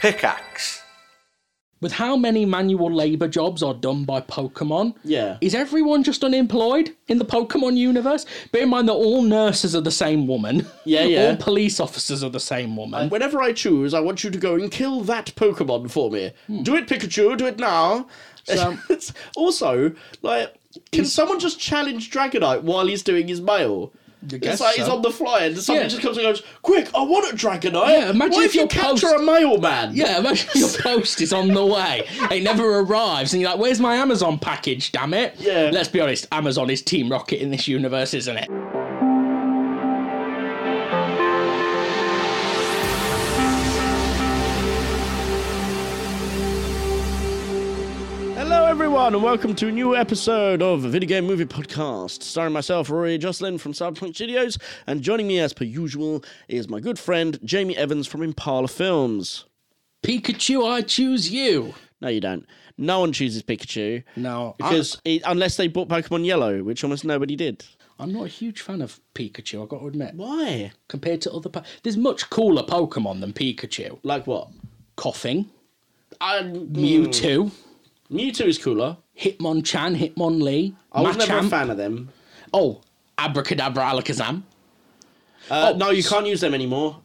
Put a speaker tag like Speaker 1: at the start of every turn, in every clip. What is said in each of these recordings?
Speaker 1: Pickaxe.
Speaker 2: With how many manual labor jobs are done by Pokemon,
Speaker 3: Yeah.
Speaker 2: is everyone just unemployed in the Pokemon universe? Bear in mind that all nurses are the same woman.
Speaker 3: Yeah, yeah.
Speaker 2: all police officers are the same woman.
Speaker 3: Whenever I choose, I want you to go and kill that Pokemon for me.
Speaker 2: Hmm.
Speaker 3: Do it, Pikachu. Do it now.
Speaker 2: um,
Speaker 3: It's- also, like, can someone just challenge Dragonite while he's doing his mail?
Speaker 2: guess
Speaker 3: it's like he's
Speaker 2: so.
Speaker 3: on the fly and somebody
Speaker 2: Yeah.
Speaker 3: just comes and goes, "Quick, I want a Dragonite."
Speaker 2: Yeah, imagine
Speaker 3: Why
Speaker 2: if
Speaker 3: if you
Speaker 2: your post-
Speaker 3: capture a mailman?
Speaker 2: Yeah, imagine your post is on the way. It never arrives, and you're like, "Where's my Amazon package? Damn it!"
Speaker 3: Yeah.
Speaker 2: Let's be honest. Amazon is Team Rocket in this universe, isn't it?
Speaker 3: Hello, everyone, and welcome to a new episode of the Video Game Movie Podcast, starring myself, Rory Jocelyn from Cyberpunk Studios, and joining me, as per usual, is my good friend Jamie Evans from Impala Films.
Speaker 2: Pikachu, I choose you.
Speaker 3: No, you don't. No one chooses Pikachu.
Speaker 2: No,
Speaker 3: Because it, unless they bought Pokemon Yellow, which almost nobody did.
Speaker 2: I, am not a huge fan of Pikachu. I got to admit,
Speaker 3: Why?
Speaker 2: compared to other, po- there's much cooler Pokemon than Pikachu.
Speaker 3: Like what?
Speaker 2: Coughing,
Speaker 3: Um,
Speaker 2: Mewtwo,
Speaker 3: Mewtwo is cooler.
Speaker 2: Hitmonchan, Hitmonlee,
Speaker 3: I was never a
Speaker 2: Machamp.
Speaker 3: fan of them.
Speaker 2: Oh, Abracadabra, Alakazam.
Speaker 3: Uh,
Speaker 2: Oh,
Speaker 3: no, you can't use them anymore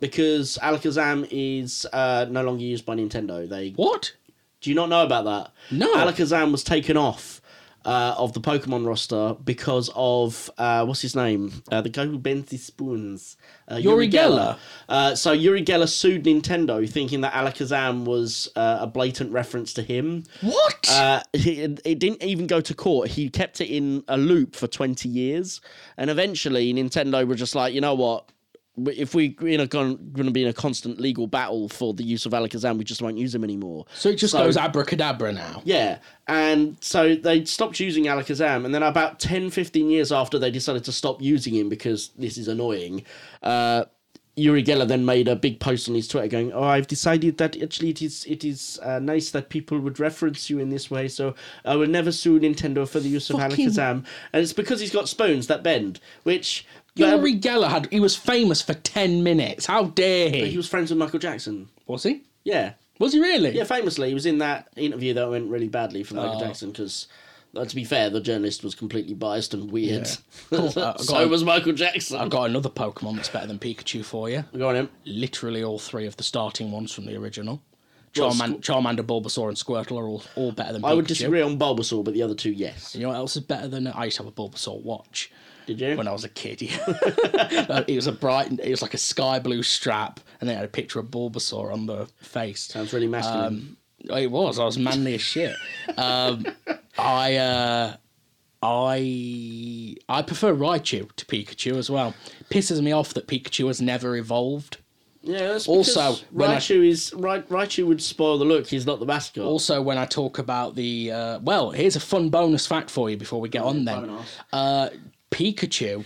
Speaker 3: because Alakazam is uh, no longer used by Nintendo. They
Speaker 2: What?
Speaker 3: do you not know about that?
Speaker 2: No.
Speaker 3: Alakazam was taken off. Uh, of the Pokemon roster because of uh, what's his name, uh, the guy who bends his spoons, uh,
Speaker 2: Yuri Geller.
Speaker 3: Uh, so Yuri Geller sued Nintendo, thinking that Alakazam was uh, a blatant reference to him.
Speaker 2: What?
Speaker 3: Uh, he, it didn't even go to court. He kept it in a loop for 20 years. And eventually, Nintendo were just like, you know what? If we're going to be in a constant legal battle for the use of Alakazam, we just won't use him anymore.
Speaker 2: so it just goes Abracadabra now.
Speaker 3: Yeah. And so they stopped using Alakazam. And then, about 10, 15 years after, they decided to stop using him because this is annoying. Uh, Yuri Geller then made a big post on his Twitter going, "Oh, I've decided that actually it is it is uh, nice that people would reference you in this way, so I will never sue Nintendo for the use of
Speaker 2: Fucking-
Speaker 3: Alakazam." And it's because he's got spoons that bend, which
Speaker 2: Yuri
Speaker 3: um,
Speaker 2: Geller had he was famous for ten minutes. How dare he?
Speaker 3: uh, he was friends with Michael Jackson.
Speaker 2: was he?
Speaker 3: Yeah,
Speaker 2: Was he really?
Speaker 3: Yeah, famously, he was in that interview that went really badly for
Speaker 2: Oh.
Speaker 3: Michael Jackson 'cause Jackson because, to be fair, the journalist was completely biased and weird.
Speaker 2: Cool, uh, I got
Speaker 3: so
Speaker 2: it.
Speaker 3: was Michael Jackson.
Speaker 2: I've got another Pokemon that's better than Pikachu for you.
Speaker 3: Go on, him.
Speaker 2: Literally all three of the starting ones from the original.
Speaker 3: Well,
Speaker 2: Charman- Charmander, Bulbasaur, and Squirtle are all, all better than Pikachu.
Speaker 3: I would disagree on Bulbasaur, but the other two, yes.
Speaker 2: You know what else is better than I used to have a Bulbasaur watch.
Speaker 3: Did you?
Speaker 2: when I was a kid. Yeah. Uh, it was a bright, it was like a sky blue strap, and it had a picture of Bulbasaur on the face.
Speaker 3: Sounds really masculine.
Speaker 2: Um, It was. I was manly as shit. Um, I, uh, I, I prefer Raichu to Pikachu as well. Pisses me off that Pikachu has never evolved.
Speaker 3: yeah, that's
Speaker 2: also,
Speaker 3: because
Speaker 2: when I-
Speaker 3: Raichu is Ra- Raichu would spoil the look. He's not the mascot.
Speaker 2: Also, when I talk about the uh, well, here's a fun bonus fact for you before we get on. Then,
Speaker 3: bonus.
Speaker 2: uh, Pikachu.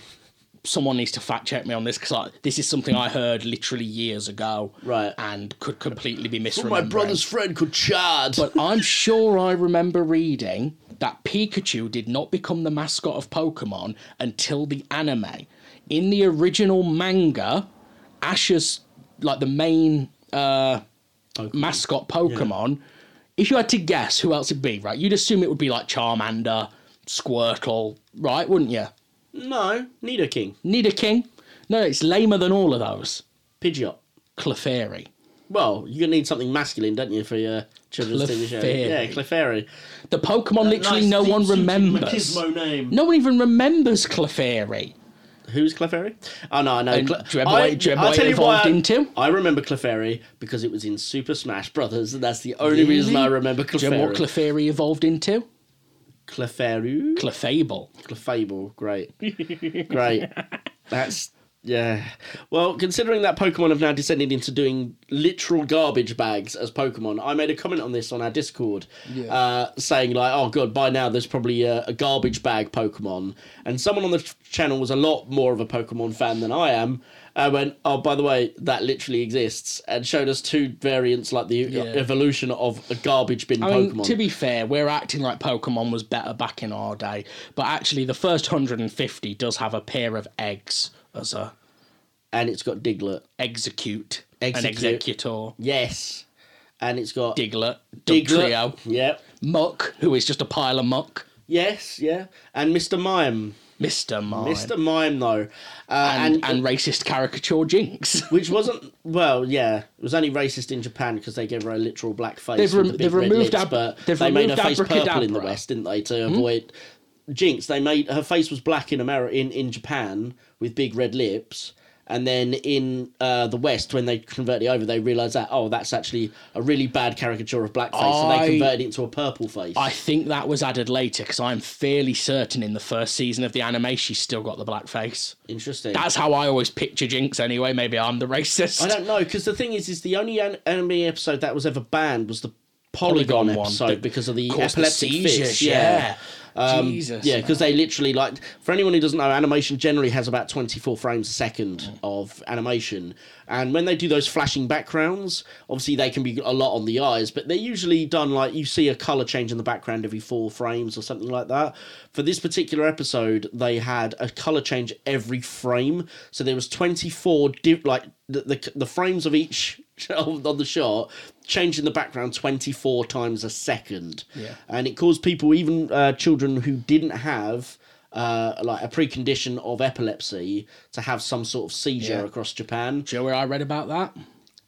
Speaker 2: Someone needs to fact check me on this because this is something I heard literally years ago,
Speaker 3: Right.
Speaker 2: And could completely be misremembered.
Speaker 3: my brother's friend called Chad.
Speaker 2: eh, but I'm sure I remember reading that Pikachu did not become the mascot of Pokemon until the anime. In the original manga, Ash's like the main uh, mascot Pokemon. If you had to guess who else it'd be, right? You'd assume it would be like Charmander, Squirtle, right? Wouldn't you?
Speaker 3: no, neither King.
Speaker 2: Nidoking. No, it's lamer than all of those.
Speaker 3: Pidgeot.
Speaker 2: Clefairy.
Speaker 3: Well, you're gonna need something masculine, don't you, for your children's TV show?
Speaker 2: Clefairy.
Speaker 3: Yeah, Clefairy.
Speaker 2: The Pokemon literally no one remembers.
Speaker 3: Machismo name.
Speaker 2: No one even remembers Clefairy.
Speaker 3: Who's Clefairy? Oh no, I know.
Speaker 2: And Uh, do you remember what- do you remember what it evolved
Speaker 3: I,
Speaker 2: into?
Speaker 3: I remember Clefairy because it was in Super Smash Brothers, and that's the only
Speaker 2: Really?
Speaker 3: reason I remember
Speaker 2: Do you know what
Speaker 3: Clefairy.
Speaker 2: Clefairy evolved into?
Speaker 3: Clefairy,
Speaker 2: Clefable.
Speaker 3: Clefable, great, great. That's yeah. Well, considering that Pokemon have now descended into doing literal garbage bags as Pokemon, I made a comment on this on our Discord, uh, saying like, "Oh god, by now there's probably a, a garbage bag Pokemon," and someone on the ch- channel was a lot more of a Pokemon fan than I am. I went, oh, by the way, that literally exists, and showed us two variants, like the evolution of a garbage bin
Speaker 2: I
Speaker 3: Pokemon.
Speaker 2: mean, to be fair, we're acting like Pokemon was better back in our day, but actually, the first 150 does have a pair of eggs as a
Speaker 3: and it's got Diglett.
Speaker 2: execute,
Speaker 3: Execute.
Speaker 2: an executor.
Speaker 3: Yes. and it's got
Speaker 2: Diglett,
Speaker 3: Diglett.
Speaker 2: Dugtrio,
Speaker 3: Yep.
Speaker 2: Muck, who is just a pile of muck,
Speaker 3: Yes. Yeah. And Mr. Mime.
Speaker 2: Mister Mime,
Speaker 3: Mr. Mime though, uh,
Speaker 2: and, and, racist caricature Jinx.
Speaker 3: which wasn't well, yeah, it was only racist in Japan because they gave her a literal black face.
Speaker 2: They've
Speaker 3: with
Speaker 2: rem-
Speaker 3: the big
Speaker 2: they've
Speaker 3: red
Speaker 2: removed
Speaker 3: lips,
Speaker 2: ab-
Speaker 3: but
Speaker 2: they've
Speaker 3: they made her
Speaker 2: removed
Speaker 3: face purple in the
Speaker 2: abracadabra. Hmm?
Speaker 3: West, didn't they, to avoid Jinx? They made her face was black in America in in Japan with big red lips. And then in uh, the West, when they converted it over, they realised that, oh, that's actually a really bad caricature of blackface. so
Speaker 2: I-
Speaker 3: they converted it into a purple face.
Speaker 2: I think that was added later because I'm fairly certain in the first season of the anime she's still got the black face.
Speaker 3: Interesting.
Speaker 2: That's how I always picture Jinx anyway. Maybe I'm the racist.
Speaker 3: I don't know because the thing is, is the only an- anime episode that was ever banned was the Polygon,
Speaker 2: Polygon one
Speaker 3: episode
Speaker 2: that
Speaker 3: because of the
Speaker 2: caused the
Speaker 3: epileptic
Speaker 2: seizures,
Speaker 3: fits.
Speaker 2: yeah.
Speaker 3: Um,
Speaker 2: Jesus,
Speaker 3: Yeah, because they literally like for anyone who doesn't know, animation generally has about twenty four frames a second of animation, and when they do those flashing backgrounds, obviously they can be a lot on the eyes, but they're usually done like you see a color change in the background every four frames or something like that. For this particular episode, they had a color change every frame, so there was twenty four div- like the, the the frames of each on the shot changing the background 24 times a second
Speaker 2: Yeah.
Speaker 3: and it caused people even uh, children who didn't have uh, like a precondition of epilepsy to have some sort of seizure
Speaker 2: Yeah.
Speaker 3: across japan
Speaker 2: Do you know where I read about that?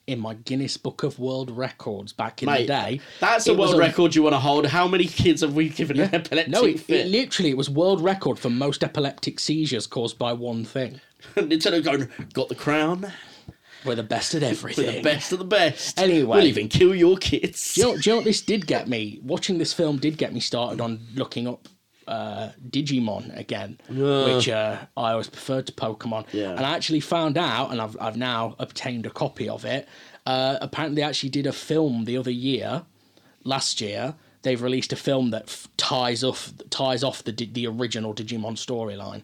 Speaker 2: In my Guinness Book of World Records back in
Speaker 3: Mate,
Speaker 2: the day.
Speaker 3: that's a
Speaker 2: It was
Speaker 3: world
Speaker 2: a-
Speaker 3: record you want to hold how many kids have we given an epileptic
Speaker 2: No, it,
Speaker 3: fit
Speaker 2: it literally it was world record for most epileptic seizures caused by one thing.
Speaker 3: nintendo going got the crown
Speaker 2: We're the best at everything.
Speaker 3: the best of the best
Speaker 2: Anyway.
Speaker 3: we'll even kill your kids
Speaker 2: Do you, know, do you know what this did get me? Watching this film did get me started on looking up uh, Digimon again, which uh, I always preferred to Pokemon.
Speaker 3: Yeah.
Speaker 2: And I actually found out, and I've, I've now obtained a copy of it. Uh, apparently, they actually did a film the other year, last year. They've released a film that f- ties off ties off the di- the original Digimon storyline.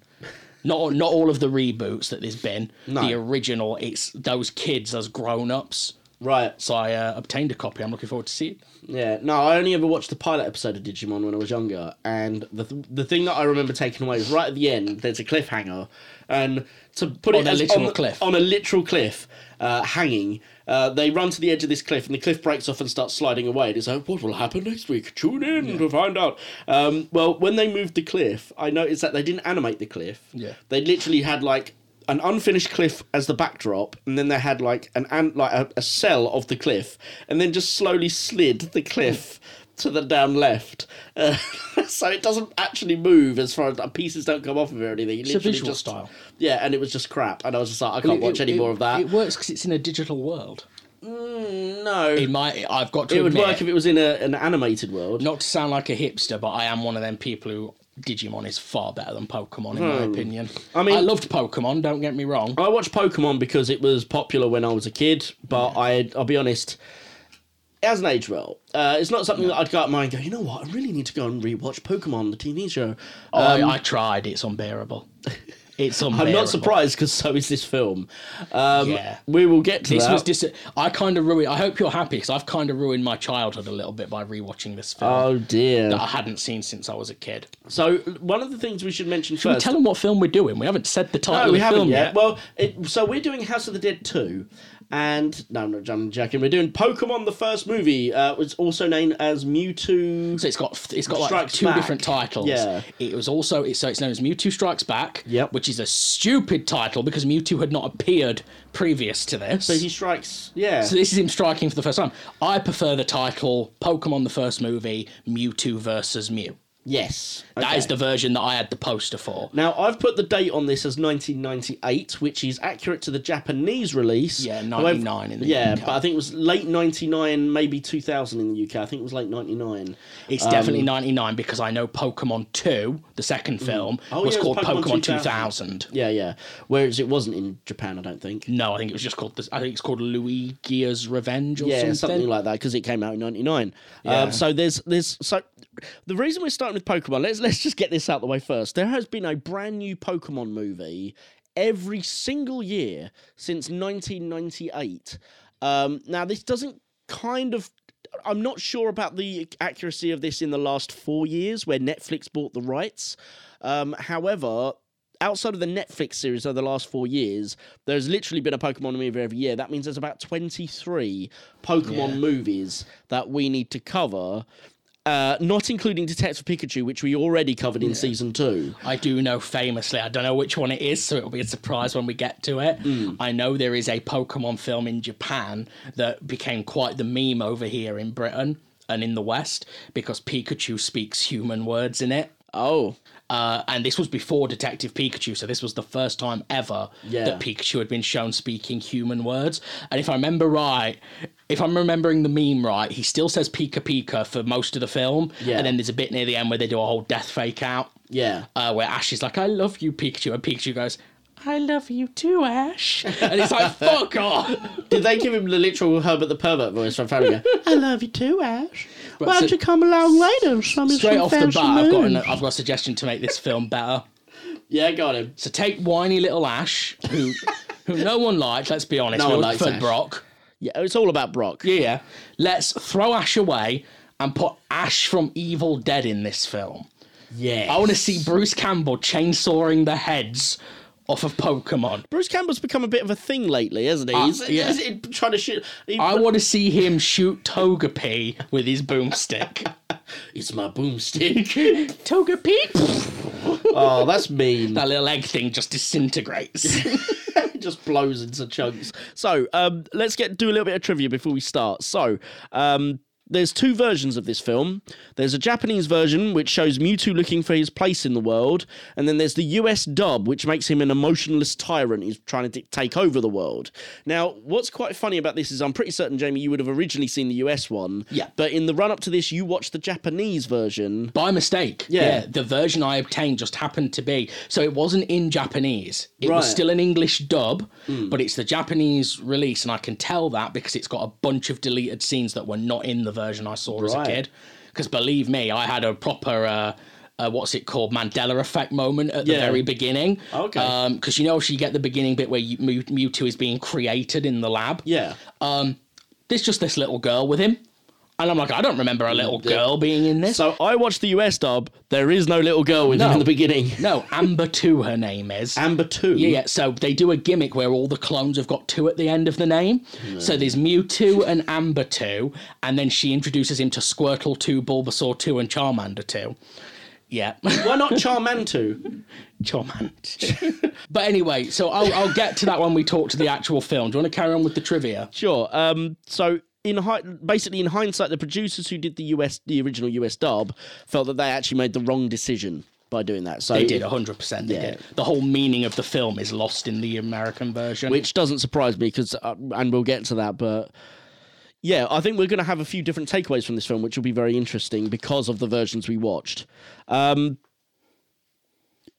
Speaker 2: Not not all of the reboots that there's been.
Speaker 3: No.
Speaker 2: The original, it's those kids as grown ups.
Speaker 3: right
Speaker 2: So I uh, obtained a copy. I'm looking forward to see it.
Speaker 3: Yeah, no, I only ever watched the pilot episode of Digimon when I was younger, and the th- the thing that I remember taking away is right at the end. There's a cliffhanger, and to put
Speaker 2: On
Speaker 3: it
Speaker 2: a
Speaker 3: as-
Speaker 2: literal
Speaker 3: on, the-
Speaker 2: cliff.
Speaker 3: on a literal cliff, uh, hanging. Uh, they run to the edge of this cliff, and the cliff breaks off and starts sliding away. And it's like, what will happen next week? Tune in to find out. Um, well, when they moved the cliff, I noticed that they didn't animate the cliff.
Speaker 2: Yeah.
Speaker 3: they literally had like. An unfinished cliff as the backdrop, and then they had like an an like a, a cell of the cliff, and then just slowly slid the cliff to the damn left, uh, so it doesn't actually move as far as uh, pieces don't come off of it or anything. It
Speaker 2: It's a
Speaker 3: literally
Speaker 2: visual
Speaker 3: just,
Speaker 2: style.
Speaker 3: Yeah, and it was just crap, and I was just like, I can't watch any more of that.
Speaker 2: It works because it's in a digital world.
Speaker 3: No,
Speaker 2: In my, I've got to
Speaker 3: it would
Speaker 2: admit,
Speaker 3: work if it was in a, an animated world.
Speaker 2: not to sound like a hipster, but I am one of them people who Digimon is far better than Pokemon in my opinion.
Speaker 3: Hmm. I mean-
Speaker 2: I loved Pokemon. Don't get me wrong.
Speaker 3: I watched Pokemon because it was popular when I was a kid, but I, I'll be honest, it hasn't aged well. Uh, it's not something that I'd go out of mind and go, you know what, I really need to go and rewatch Pokemon, the TV show.
Speaker 2: I, I tried. It's unbearable. It's
Speaker 3: Um, I'm
Speaker 2: unbearable.
Speaker 3: not surprised because so is this film. Um,
Speaker 2: Yeah.
Speaker 3: We will get to
Speaker 2: This
Speaker 3: that.
Speaker 2: was dis- I kind of ruined. I hope you're happy because I've kind of ruined my childhood a little bit by rewatching this film
Speaker 3: oh dear.
Speaker 2: that I hadn't seen since I was a kid.
Speaker 3: So one of the things we should mention
Speaker 2: Can we
Speaker 3: first.
Speaker 2: tell them what film we're doing? We haven't said the title
Speaker 3: No,
Speaker 2: of
Speaker 3: we
Speaker 2: the
Speaker 3: haven't
Speaker 2: film
Speaker 3: yet. Well, it, so we're doing House of the Dead 2. And no, I'm not jumping, jacking. We're doing Pokemon the first movie. Uh, it's also named as Mewtwo.
Speaker 2: So it's got it's got like
Speaker 3: Strikes
Speaker 2: two
Speaker 3: Back.
Speaker 2: different titles.
Speaker 3: Yeah.
Speaker 2: It was also it's so it's known as Mewtwo Strikes Back.
Speaker 3: Yep.
Speaker 2: Which is a stupid title because Mewtwo had not appeared previous to this. So,
Speaker 3: He strikes. Yeah.
Speaker 2: this is him striking for the first time. I prefer the title Pokemon the first movie Mewtwo versus Mew.
Speaker 3: yes.
Speaker 2: That
Speaker 3: Okay.
Speaker 2: is the version that I had the poster for.
Speaker 3: Now I've put the date on this as 1998, which is accurate to the Japanese release.
Speaker 2: Yeah,
Speaker 3: However-
Speaker 2: 99 in the
Speaker 3: yeah,
Speaker 2: UK.
Speaker 3: but I think it was late 99, maybe 2000 in the UK. I think it was late 99.
Speaker 2: It's definitely 99 because I know Pokemon 2, the second film,
Speaker 3: Oh,
Speaker 2: was
Speaker 3: yeah, it was
Speaker 2: called
Speaker 3: Pokemon
Speaker 2: Pokemon,
Speaker 3: 2000.
Speaker 2: 2000.
Speaker 3: Yeah, yeah. Whereas it wasn't in Japan, I don't think.
Speaker 2: No, I think it was just called this. I think it's called Luigi's Revenge or
Speaker 3: yeah,
Speaker 2: something.
Speaker 3: something, like that because it came out in '99.
Speaker 2: Yeah.
Speaker 3: Um, so there's there's so the reason we're starting with Pokemon. Let's let's just get this out the way first. There has been a brand new Pokemon movie every single year since 1998. Um, now this doesn't kind of I'm not sure about the accuracy of this in the last four years where Netflix bought the rights. Um, however, outside of the Netflix series over the last four years, there's literally been a Pokemon movie every year. That means there's about 23 Pokemon
Speaker 2: Yeah.
Speaker 3: movies that we need to cover, uh, not including Detective Pikachu, which we already covered in season two.
Speaker 2: I do know famously, I don't know which one it is, so it'll be a surprise when we get to it.
Speaker 3: Mm.
Speaker 2: I know there is a Pokemon film in Japan that became quite the meme over here in Britain and in the West because Pikachu speaks human words in it.
Speaker 3: Oh,
Speaker 2: Uh, and this was before Detective Pikachu, so this was the first time ever
Speaker 3: Yeah.
Speaker 2: that Pikachu had been shown speaking human words. And if I remember right, if I'm remembering the meme right, he still says Pika Pika for most of the film.
Speaker 3: Yeah.
Speaker 2: And then there's a bit near the end where they do a whole death fake out
Speaker 3: yeah.
Speaker 2: uh, where Ash is like, I love you, Pikachu. And Pikachu goes, I love you too, Ash. And it's like, fuck off.
Speaker 3: Did they give him the literal Herbert the Pervert voice from Family Guy? I love you too, Ash. Why
Speaker 2: so-
Speaker 3: don't you come along later? Some
Speaker 2: Straight off the bat, I've got, an, I've got a suggestion to make this film better.
Speaker 3: Yeah, got him.
Speaker 2: So take whiny little Ash, who who no one likes, let's be honest.
Speaker 3: No one
Speaker 2: we
Speaker 3: likes
Speaker 2: for
Speaker 3: Ash.
Speaker 2: Brock.
Speaker 3: Yeah, it's all about Brock.
Speaker 2: Yeah, yeah. Let's throw Ash away and put Ash from Evil Dead in this film.
Speaker 3: Yeah.
Speaker 2: I want to see Bruce Campbell chainsawing the heads off of Pokemon.
Speaker 3: Bruce Campbell's become a bit of a thing lately, hasn't he? He's,
Speaker 2: yeah.
Speaker 3: he's in- trying to shoot. he-
Speaker 2: I want to see him shoot Togepi with his boomstick.
Speaker 3: it's my boomstick.
Speaker 2: Togepi!
Speaker 3: oh, that's mean.
Speaker 2: that little egg thing just disintegrates.
Speaker 3: It just blows into chunks. So um, let's get do a little bit of trivia before we start. So um, there's two versions of this film. There's a Japanese version which shows Mewtwo looking for his place in the world, and then there's the US dub which makes him an emotionless tyrant who's trying to t- take over the world. Now, what's quite funny about this is I'm pretty certain Jamie you would have originally seen the US one.
Speaker 2: Yeah.
Speaker 3: But in the run up to this, you watched the Japanese version.
Speaker 2: By mistake.
Speaker 3: Yeah.
Speaker 2: The version I obtained just happened to be. So it wasn't in Japanese. It
Speaker 3: Right. Hmm.
Speaker 2: was still an English dub, but it's the Japanese release. And I can tell that because it's got a bunch of deleted scenes that were not in the version I saw as a
Speaker 3: Right.
Speaker 2: kid. Because believe me, I had a proper. Uh, uh, what's it called? Mandela effect moment at the
Speaker 3: Yeah.
Speaker 2: very beginning.
Speaker 3: Okay.
Speaker 2: Because you know, so you get the beginning bit where you, Mew- Mewtwo is being created in the lab. Um,
Speaker 3: Yeah.
Speaker 2: There's just this little girl with him. And I'm like, I don't remember a little
Speaker 3: Yeah.
Speaker 2: girl being in this.
Speaker 3: So I watched the US dub. There is no little girl with him
Speaker 2: No.
Speaker 3: in the beginning.
Speaker 2: No, Amber 2, her name is.
Speaker 3: Amber two.
Speaker 2: yeah, yeah, so they do a gimmick where all the clones have got two at the end of the name. So there's Mewtwo and Amber 2, and then she introduces him to Squirtle 2, Bulbasaur 2, and Charmander 2. Yeah,
Speaker 3: Why not Charmantu?
Speaker 2: Charmander. but anyway, so I'll, I'll get to that when we talk to the actual film. Do you want to carry on with the trivia?
Speaker 3: sure. Um, so in hi- basically in hindsight, the producers who did the US the original US dub felt that they actually made the wrong decision by doing that. So
Speaker 2: They did, 100%. They
Speaker 3: Yeah.
Speaker 2: did. The whole meaning of the film is lost in the American version.
Speaker 3: which doesn't surprise me because uh, and we'll get to that, but. Yeah, I think we're going to have a few different takeaways from this film, which will be very interesting because of the versions we watched.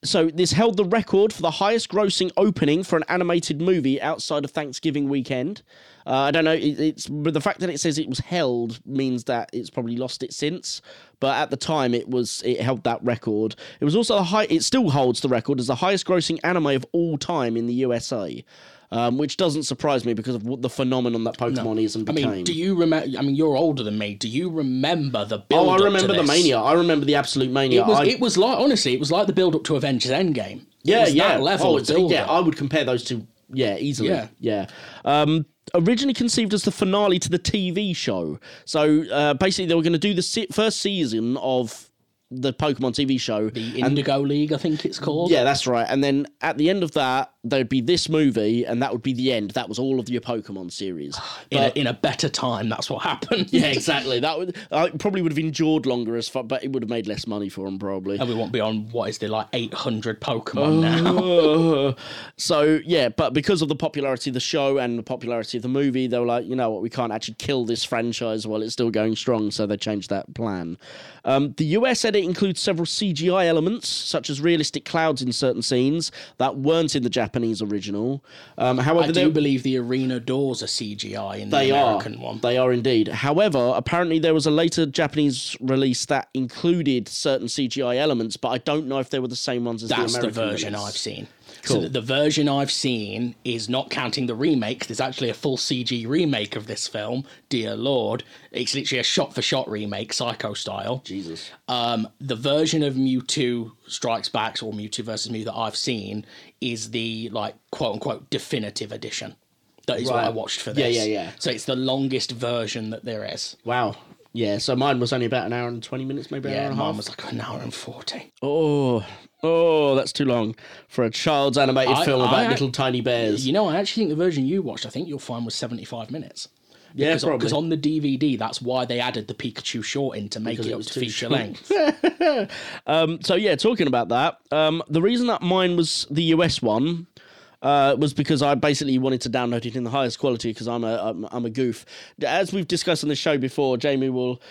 Speaker 3: so this held the record for the highest grossing opening for an animated movie outside of Thanksgiving weekend. Uh, I don't know. It, it's but the fact that it says it was held means that it's probably lost it since. But at the time, it was it held that record. It was also the high. It still holds the record as the highest grossing anime of all time in the USA, um, which doesn't surprise me because of what the phenomenon that Pokemonism
Speaker 2: I
Speaker 3: became.
Speaker 2: mean, do you remember? I mean, you're older than me. Do you remember the build?
Speaker 3: oh, I remember the mania. I remember the absolute mania.
Speaker 2: It was,
Speaker 3: I-
Speaker 2: it was like honestly, it was like the build up to Avengers Endgame.
Speaker 3: Yeah,
Speaker 2: it was
Speaker 3: yeah.
Speaker 2: That level
Speaker 3: Oh,
Speaker 2: of
Speaker 3: it's-
Speaker 2: build
Speaker 3: yeah,
Speaker 2: up.
Speaker 3: I would compare those two. Yeah, easily. Yeah.
Speaker 2: Yeah.
Speaker 3: Um, originally conceived as the finale to the TV show. So uh, basically, they were going to do the se- first season of the Pokemon TV show.
Speaker 2: The Indigo League, I think it's called.
Speaker 3: yeah, that's right. And then at the end of that, there'd be this movie, and that would be the end. That was all of your Pokemon series.
Speaker 2: In, a, in a better time, that's what happened.
Speaker 3: yeah, exactly. That would I probably would have endured longer as far, but it would have made less money for them probably.
Speaker 2: And we won't be on what is there like 800
Speaker 3: Oh.
Speaker 2: Pokemon now.
Speaker 3: Uh, so yeah, but because of the popularity of the show and the popularity of the movie, they were like, you know what, we can't actually kill this franchise while it's still going strong, so they changed that plan. Um, the US edit includes several CGI elements, such as realistic clouds in certain scenes that weren't in the Japanese original. Um, however,
Speaker 2: I
Speaker 3: they-
Speaker 2: do believe the arena doors are CGI in
Speaker 3: they
Speaker 2: the
Speaker 3: are.
Speaker 2: American one.
Speaker 3: They are indeed. However, apparently there was a later Japanese release that included certain CGI elements, but I don't know if they were the same ones as
Speaker 2: That's
Speaker 3: the
Speaker 2: the
Speaker 3: American
Speaker 2: version
Speaker 3: release.
Speaker 2: I've seen. So
Speaker 3: Cool.
Speaker 2: that the version I've seen is not counting the remake. 'cause There's actually a full CG remake of this film, dear lord. It's literally a shot for shot remake, psycho style.
Speaker 3: Jesus.
Speaker 2: Um, the version of Mewtwo Strikes Back or Mewtwo versus Mew that I've seen is the like quote unquote definitive edition. That is what I
Speaker 3: Right.
Speaker 2: watched for
Speaker 3: Yeah,
Speaker 2: this.
Speaker 3: yeah, yeah.
Speaker 2: So it's the longest version that there is.
Speaker 3: Wow. Yeah, so mine was only about an hour and 20 minutes, maybe an hour
Speaker 2: Yeah,
Speaker 3: and a
Speaker 2: mine
Speaker 3: half.
Speaker 2: was like an hour and forty.
Speaker 3: Oh, oh, that's too long for a child's animated
Speaker 2: I-
Speaker 3: film
Speaker 2: I
Speaker 3: about
Speaker 2: ac-
Speaker 3: little tiny bears.
Speaker 2: You know, I actually think the version you watched, I think you'll find was seventy-five minutes.
Speaker 3: yeah,
Speaker 2: Because on the DVD, that's why they added the Pikachu short in to make
Speaker 3: Because
Speaker 2: it,
Speaker 3: it
Speaker 2: up
Speaker 3: was
Speaker 2: to
Speaker 3: too
Speaker 2: feature
Speaker 3: short.
Speaker 2: length.
Speaker 3: Um, so yeah, talking about that, um, the reason that mine was the US one uh, was because I basically wanted to download it in the highest quality because I'm a I'm, I'm a goof. As we've discussed on the show before, Jamie will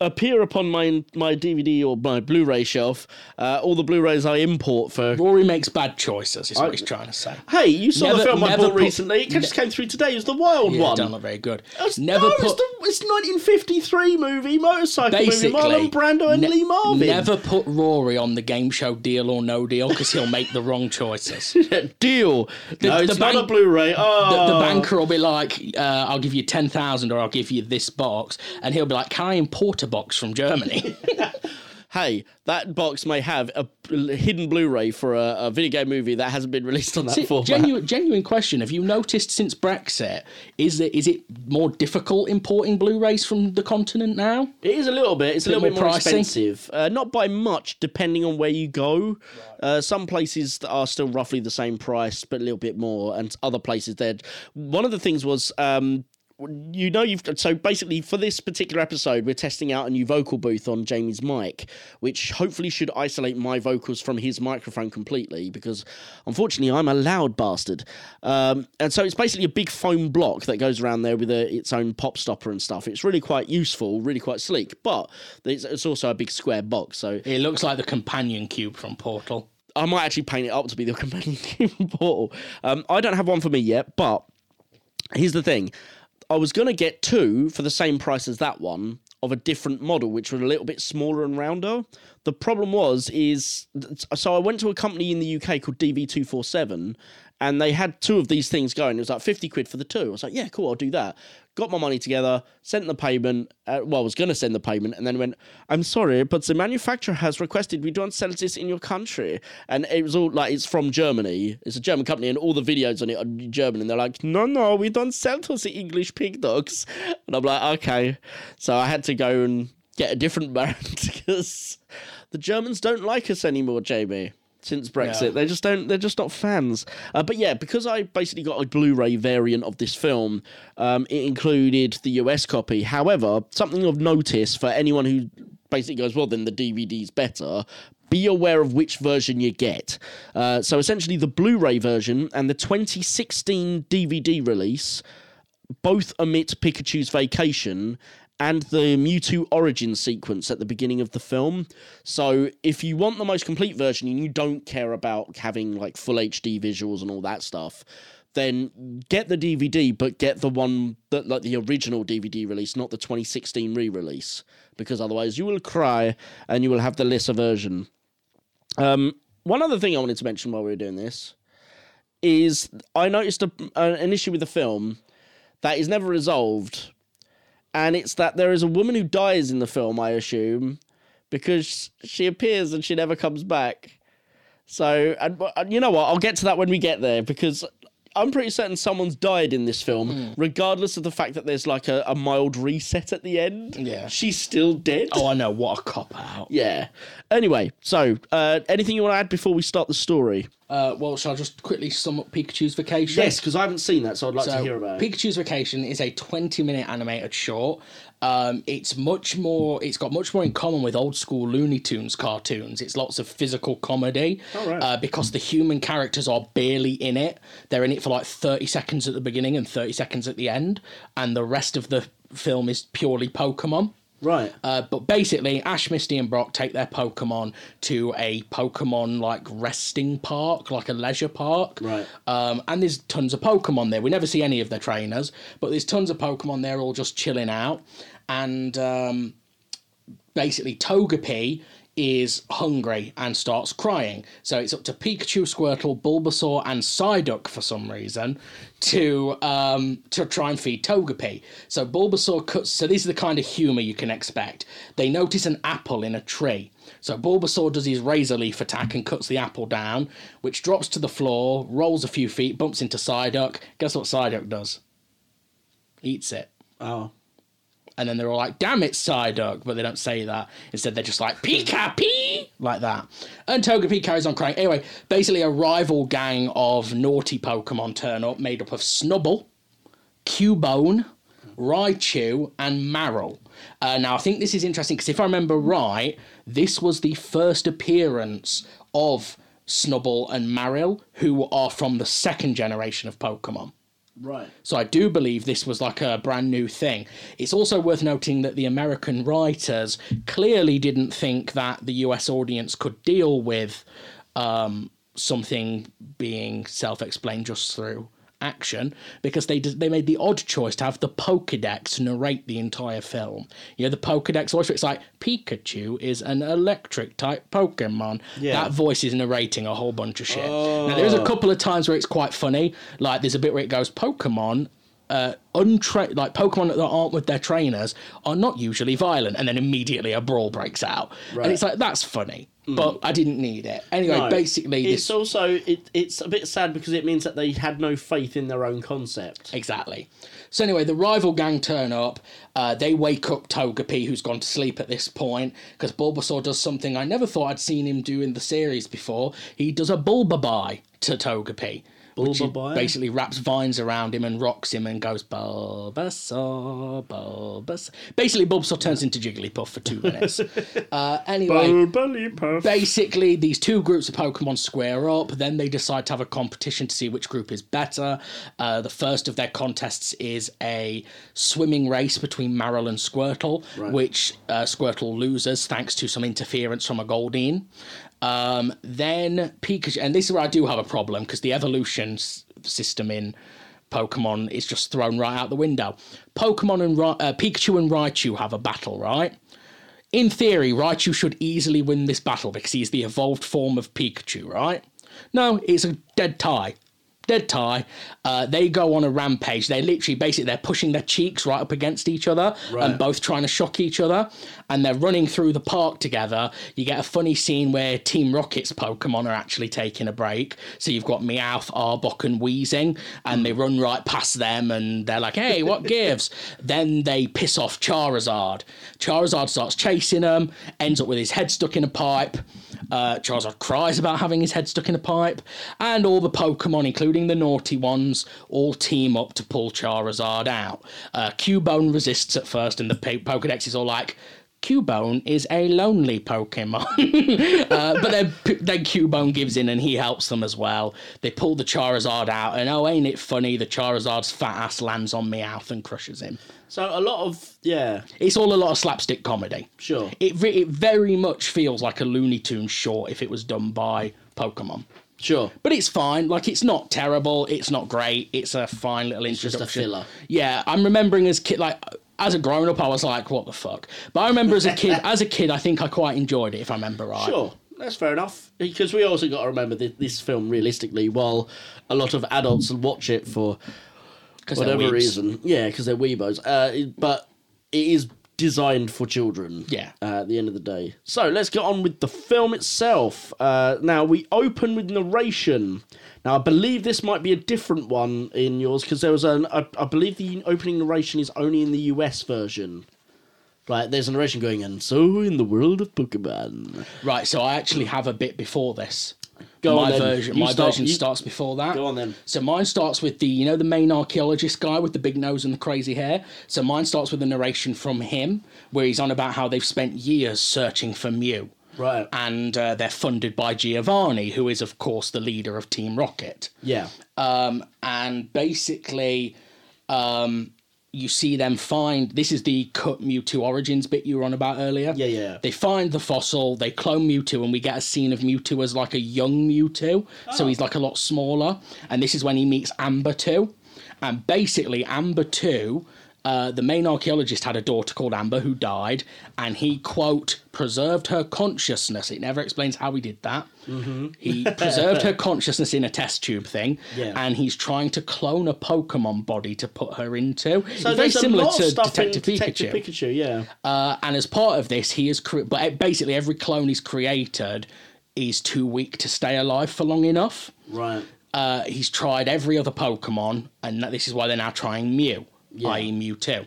Speaker 3: appear upon my my DVD or my Blu-ray shelf. Uh, all the Blu-rays I import for.
Speaker 2: Rory makes bad choices, is what he's trying to say.
Speaker 3: Hey, you saw
Speaker 2: Never-
Speaker 3: the film I
Speaker 2: never
Speaker 3: bought
Speaker 2: put-
Speaker 3: recently. It just came through today. It was the Wild
Speaker 2: Yeah,
Speaker 3: One.
Speaker 2: don't look very good.
Speaker 3: It's-
Speaker 2: Never
Speaker 3: no, it's,
Speaker 2: put
Speaker 3: the, it's 1953 movie, motorcycle
Speaker 2: basically
Speaker 3: movie, Marlon Brando and
Speaker 2: ne-
Speaker 3: Lee Marvin.
Speaker 2: Never put Rory on the game show Deal or No Deal because he'll make the wrong choices.
Speaker 3: deal. no,
Speaker 2: the
Speaker 3: it's not
Speaker 2: bank-
Speaker 3: a Blu-ray.
Speaker 2: The,
Speaker 3: Oh,
Speaker 2: the banker will be like, uh, "I'll give you ten thousand, or I'll give you this box," and he'll be like, "Can I import a box from Germany?"
Speaker 3: hey, that box may have a bl- hidden Blu-ray for a, a video game movie that hasn't been released on that format.
Speaker 2: genuine, genuine question: Have you noticed since Brexit is it is it more difficult importing Blu-rays from the continent now?
Speaker 3: It is a little bit. It's a
Speaker 2: Bit
Speaker 3: little bit
Speaker 2: more
Speaker 3: more
Speaker 2: pricey.
Speaker 3: expensive. Uh, not by much, depending on where you go. Uh, some places that are still roughly the same price, but a little bit more, and other places they're. One of the things was. Um, you know you've so basically for this particular episode we're testing out a new vocal booth on Jamie's mic which hopefully should isolate my vocals from his microphone completely because unfortunately I'm a loud bastard um, and so it's basically a big foam block that goes around there with a, its own pop stopper and stuff it's really quite useful really quite sleek but it's, it's also a big square box so
Speaker 2: It looks like the companion cube from Portal.
Speaker 3: I might actually paint it up to be the companion human portal. Um, I don't have one for me yet, but here's the thing: I was gonna get two for the same price as that one of a different model, which were a little bit smaller and rounder. The problem was is so I went to a company in the UK called DV two four seven, and they had two of these things going. It was like fifty quid for the two. I was like, yeah, cool, I'll do that. Got my money together, sent the payment. Uh, well, I was going to send the payment, and then went, I'm sorry, but the manufacturer has requested we don't sell this in your country. And it was all like, it's from Germany. It's a German company, and all the videos on it are German. And they're like, no, no, we don't sell to the English pig dogs. And I'm like, okay. So I had to go and get a different brand because the Germans don't like us anymore, Jamie. Since Brexit,
Speaker 2: No.
Speaker 3: they just don't. They're just not fans. Uh, but yeah, because I basically got a Blu-ray variant of this film, um, it included the US copy. However, something of notice for anyone who basically goes, well, then the DVD's better. Be aware of which version you get. Uh, so essentially, the Blu-ray version and the 2016 DVD release both omit Pikachu's vacation and the Mewtwo origin sequence at the beginning of the film. So if you want the most complete version and you don't care about having like full HD visuals and all that stuff, then get the DVD, but get the one that like the original DVD release, not the 2016 re-release, because otherwise you will cry and you will have the lesser version. Um, one other thing I wanted to mention while we were doing this is I noticed a, a- an issue with the film that is never resolved. And it's that there is a woman who dies in the film, I assume, because she appears and she never comes back. So, and, and you know what? I'll get to that when we get there because I'm pretty certain someone's died in this film,
Speaker 2: Hmm.
Speaker 3: regardless of the fact that there's like a, a mild reset at the end.
Speaker 2: Yeah.
Speaker 3: She's still dead.
Speaker 2: Oh, I know what a cop out.
Speaker 3: Yeah. Anyway, so uh, anything you want to add before we start the story?
Speaker 2: Uh, well, shall I just quickly sum up Pikachu's Vacation?
Speaker 3: because I haven't seen that, so I'd like
Speaker 2: So, Pikachu's Vacation is a 20 minute animated short. Um, it's much more. It's got much more in common with old school Looney Tunes cartoons. It's lots of physical comedy
Speaker 3: right.
Speaker 2: uh, because the human characters are barely in it. They're in it for like 30 seconds at the beginning and 30 seconds at the end, and the rest of the film is purely Pokemon.
Speaker 3: Right.
Speaker 2: Uh, but basically, Ash, Misty, and Brock take their Pokemon to a Pokemon like resting park, like a leisure park.
Speaker 3: Right.
Speaker 2: Um, and there's tons of Pokemon there. We never see any of the trainers, but there's tons of Pokemon there, all just chilling out. And um, basically, Togepi is hungry and starts crying. So it's up to Pikachu, Squirtle, Bulbasaur, and Psyduck for some reason to um, to try and feed Togepi. So Bulbasaur cuts. So these are the kind of humour you can expect. They notice an apple in a tree. So Bulbasaur does his razor leaf attack and cuts the apple down, which drops to the floor, rolls a few feet, bumps into Psyduck. Guess what Psyduck does? Eats it.
Speaker 3: Oh.
Speaker 2: And then they're all like, damn it, Psyduck. But they don't say that. Instead, they're just like, Pika Pee! Like that. And Togepi carries on crying. Anyway, basically, a rival gang of naughty Pokemon turn up made up of Snubble, Cubone, Raichu, and Maril. Uh, now, I think this is interesting because if I remember right, this was the first appearance of Snubble and Maril, who are from the second generation of Pokemon.
Speaker 3: Right.
Speaker 2: So I do believe this was like a brand new thing. It's also worth noting that the American writers clearly didn't think that the US audience could deal with um, something being self explained just through action because they did, they made the odd choice to have the Pokedex narrate the entire film. You know, the Pokedex voice, it's like Pikachu is an electric type Pokemon.
Speaker 3: Yeah. Oh.
Speaker 2: That voice is narrating a whole bunch of shit. Now, there is a couple of times where it's quite funny. Like, there's a bit where it goes, Pokemon. Uh, untra- like Pokemon that aren't with their trainers are not usually violent, and then immediately a brawl breaks out,
Speaker 3: Right. Hmm.
Speaker 2: and it's like that's funny, but I didn't need it anyway.
Speaker 3: No,
Speaker 2: basically,
Speaker 3: Oh, it's
Speaker 2: this
Speaker 3: also it, it's a bit sad because it means that they had no faith in their own concept.
Speaker 2: Exactly. So anyway, the rival gang turn up. Uh, they wake up Togepi, who's gone to sleep at this point, because Bulbasaur does something I never thought I'd seen him do in the series before. He does a Bulbabai to Togepi. which he
Speaker 3: Bulbabai?
Speaker 2: Basically wraps vines around him and rocks him and goes Bulbasaur, Bulbasaur. Basically, Bulbasaur turns into Jigglypuff for two minutes. uh, anyway basically these two groups of pokemon square up then they decide to have a competition to see which group is better uh, the first of their contests is a swimming race between maril and squirtle which uh, squirtle loses thanks to some interference from a goldeen um, then pikachu and this is where i do have a problem because the evolution s- system in pokemon is just thrown right out the window pokemon and Ra- uh, pikachu and raichu have a battle right in theory, Raichu should easily win this battle because he's the evolved form of Pikachu, right? No, it's a dead tie. Dead tie. Uh, they go on a rampage. They literally, basically, they're pushing their cheeks right up against each other and
Speaker 3: Right.
Speaker 2: both trying to shock each other. And they're running through the park together. You get a funny scene where Team Rocket's Pokemon are actually taking a break. So you've got Meowth, Arbok, and Wheezing, and they run right past them and they're like, hey, what gives? then they piss off Charizard. Charizard starts chasing him, ends up with his head stuck in a pipe. Uh, Charizard cries about having his head stuck in a pipe, and all the Pokemon, including the naughty ones, all team up to pull Charizard out. Uh, Cubone resists at first, and the P- Pokedex is all like, Cubone is a lonely Pokemon. uh, but then, then Cubone gives in and he helps them as well. They pull the Charizard out, and oh, ain't it funny? The Charizard's fat ass lands on Meowth and crushes him.
Speaker 3: So a lot of yeah,
Speaker 2: It's all a lot of slapstick comedy.
Speaker 3: Sure.
Speaker 2: It, ve- it very much feels like a Looney Tunes short if it was done by Pokemon.
Speaker 3: sure.
Speaker 2: But it's fine. Like, it's not terrible. It's not great. It's a fine little
Speaker 3: just a
Speaker 2: introduction.
Speaker 3: filler.
Speaker 2: Yeah, I'm remembering as kid, like, as a grown up, I was like, what the fuck? But I remember as a kid, as a kid, I think I quite enjoyed it, if I remember right.
Speaker 3: Sure, that's fair enough. Because we also got to remember that this film, realistically, while a lot of adults will watch it for
Speaker 2: 'Cause they're
Speaker 3: whatever
Speaker 2: weebs.
Speaker 3: reason, yeah, because they're weebos. Uh, it- but it is designed for children.
Speaker 2: Yeah.
Speaker 3: Uh, at the end of the day, so let's get on with the film itself. Uh, now we open with narration. Now I believe this might be a different one in yours because there was an. I, I believe the opening narration is only in the US version. Like there's a narration going, and so in the world of Pokemon.
Speaker 2: Right, so I actually have a bit before this.
Speaker 3: Go
Speaker 2: my
Speaker 3: on then.
Speaker 2: version,
Speaker 3: You
Speaker 2: my
Speaker 3: start-
Speaker 2: version
Speaker 3: you-
Speaker 2: starts before that.
Speaker 3: Go on then.
Speaker 2: So mine starts with the you know the main archaeologist guy with the big nose and the crazy hair. So mine starts with a narration from him where he's on about how they've spent years searching for Mew.
Speaker 3: Right.
Speaker 2: And uh, they're funded by Giovanni, who is of course the leader of Team Rocket.
Speaker 3: Yeah.
Speaker 2: um, and basically um, you see them find this is the cut Mewtwo origins bit you were on about earlier.
Speaker 3: Yeah, yeah.
Speaker 2: They find the fossil, they clone Mewtwo, and we get a scene of Mewtwo as like a young Mewtwo,
Speaker 3: Oh.
Speaker 2: so he's like a lot smaller. And this is when he meets Amber Two, and basically Amber Two uh, the main archaeologist had a daughter called Amber who died, and he quote preserved her consciousness. It never explains how he did that.
Speaker 3: Mm-hmm.
Speaker 2: He preserved her consciousness in a test tube thing,
Speaker 3: Yeah.
Speaker 2: and he's trying to clone a Pokemon body to put her into. It's
Speaker 3: So
Speaker 2: very
Speaker 3: there's a
Speaker 2: similar
Speaker 3: lot of
Speaker 2: to
Speaker 3: stuff in
Speaker 2: Detective
Speaker 3: Detective
Speaker 2: Pikachu.
Speaker 3: Pikachu, yeah.
Speaker 2: Uh, and as part of this, he is cre- but eh, basically every clone he's created is too weak to stay alive for long enough.
Speaker 3: Right.
Speaker 2: Uh, he's tried every other Pokemon, and that- this is why they're now trying Mew, i.e. Mewtwo.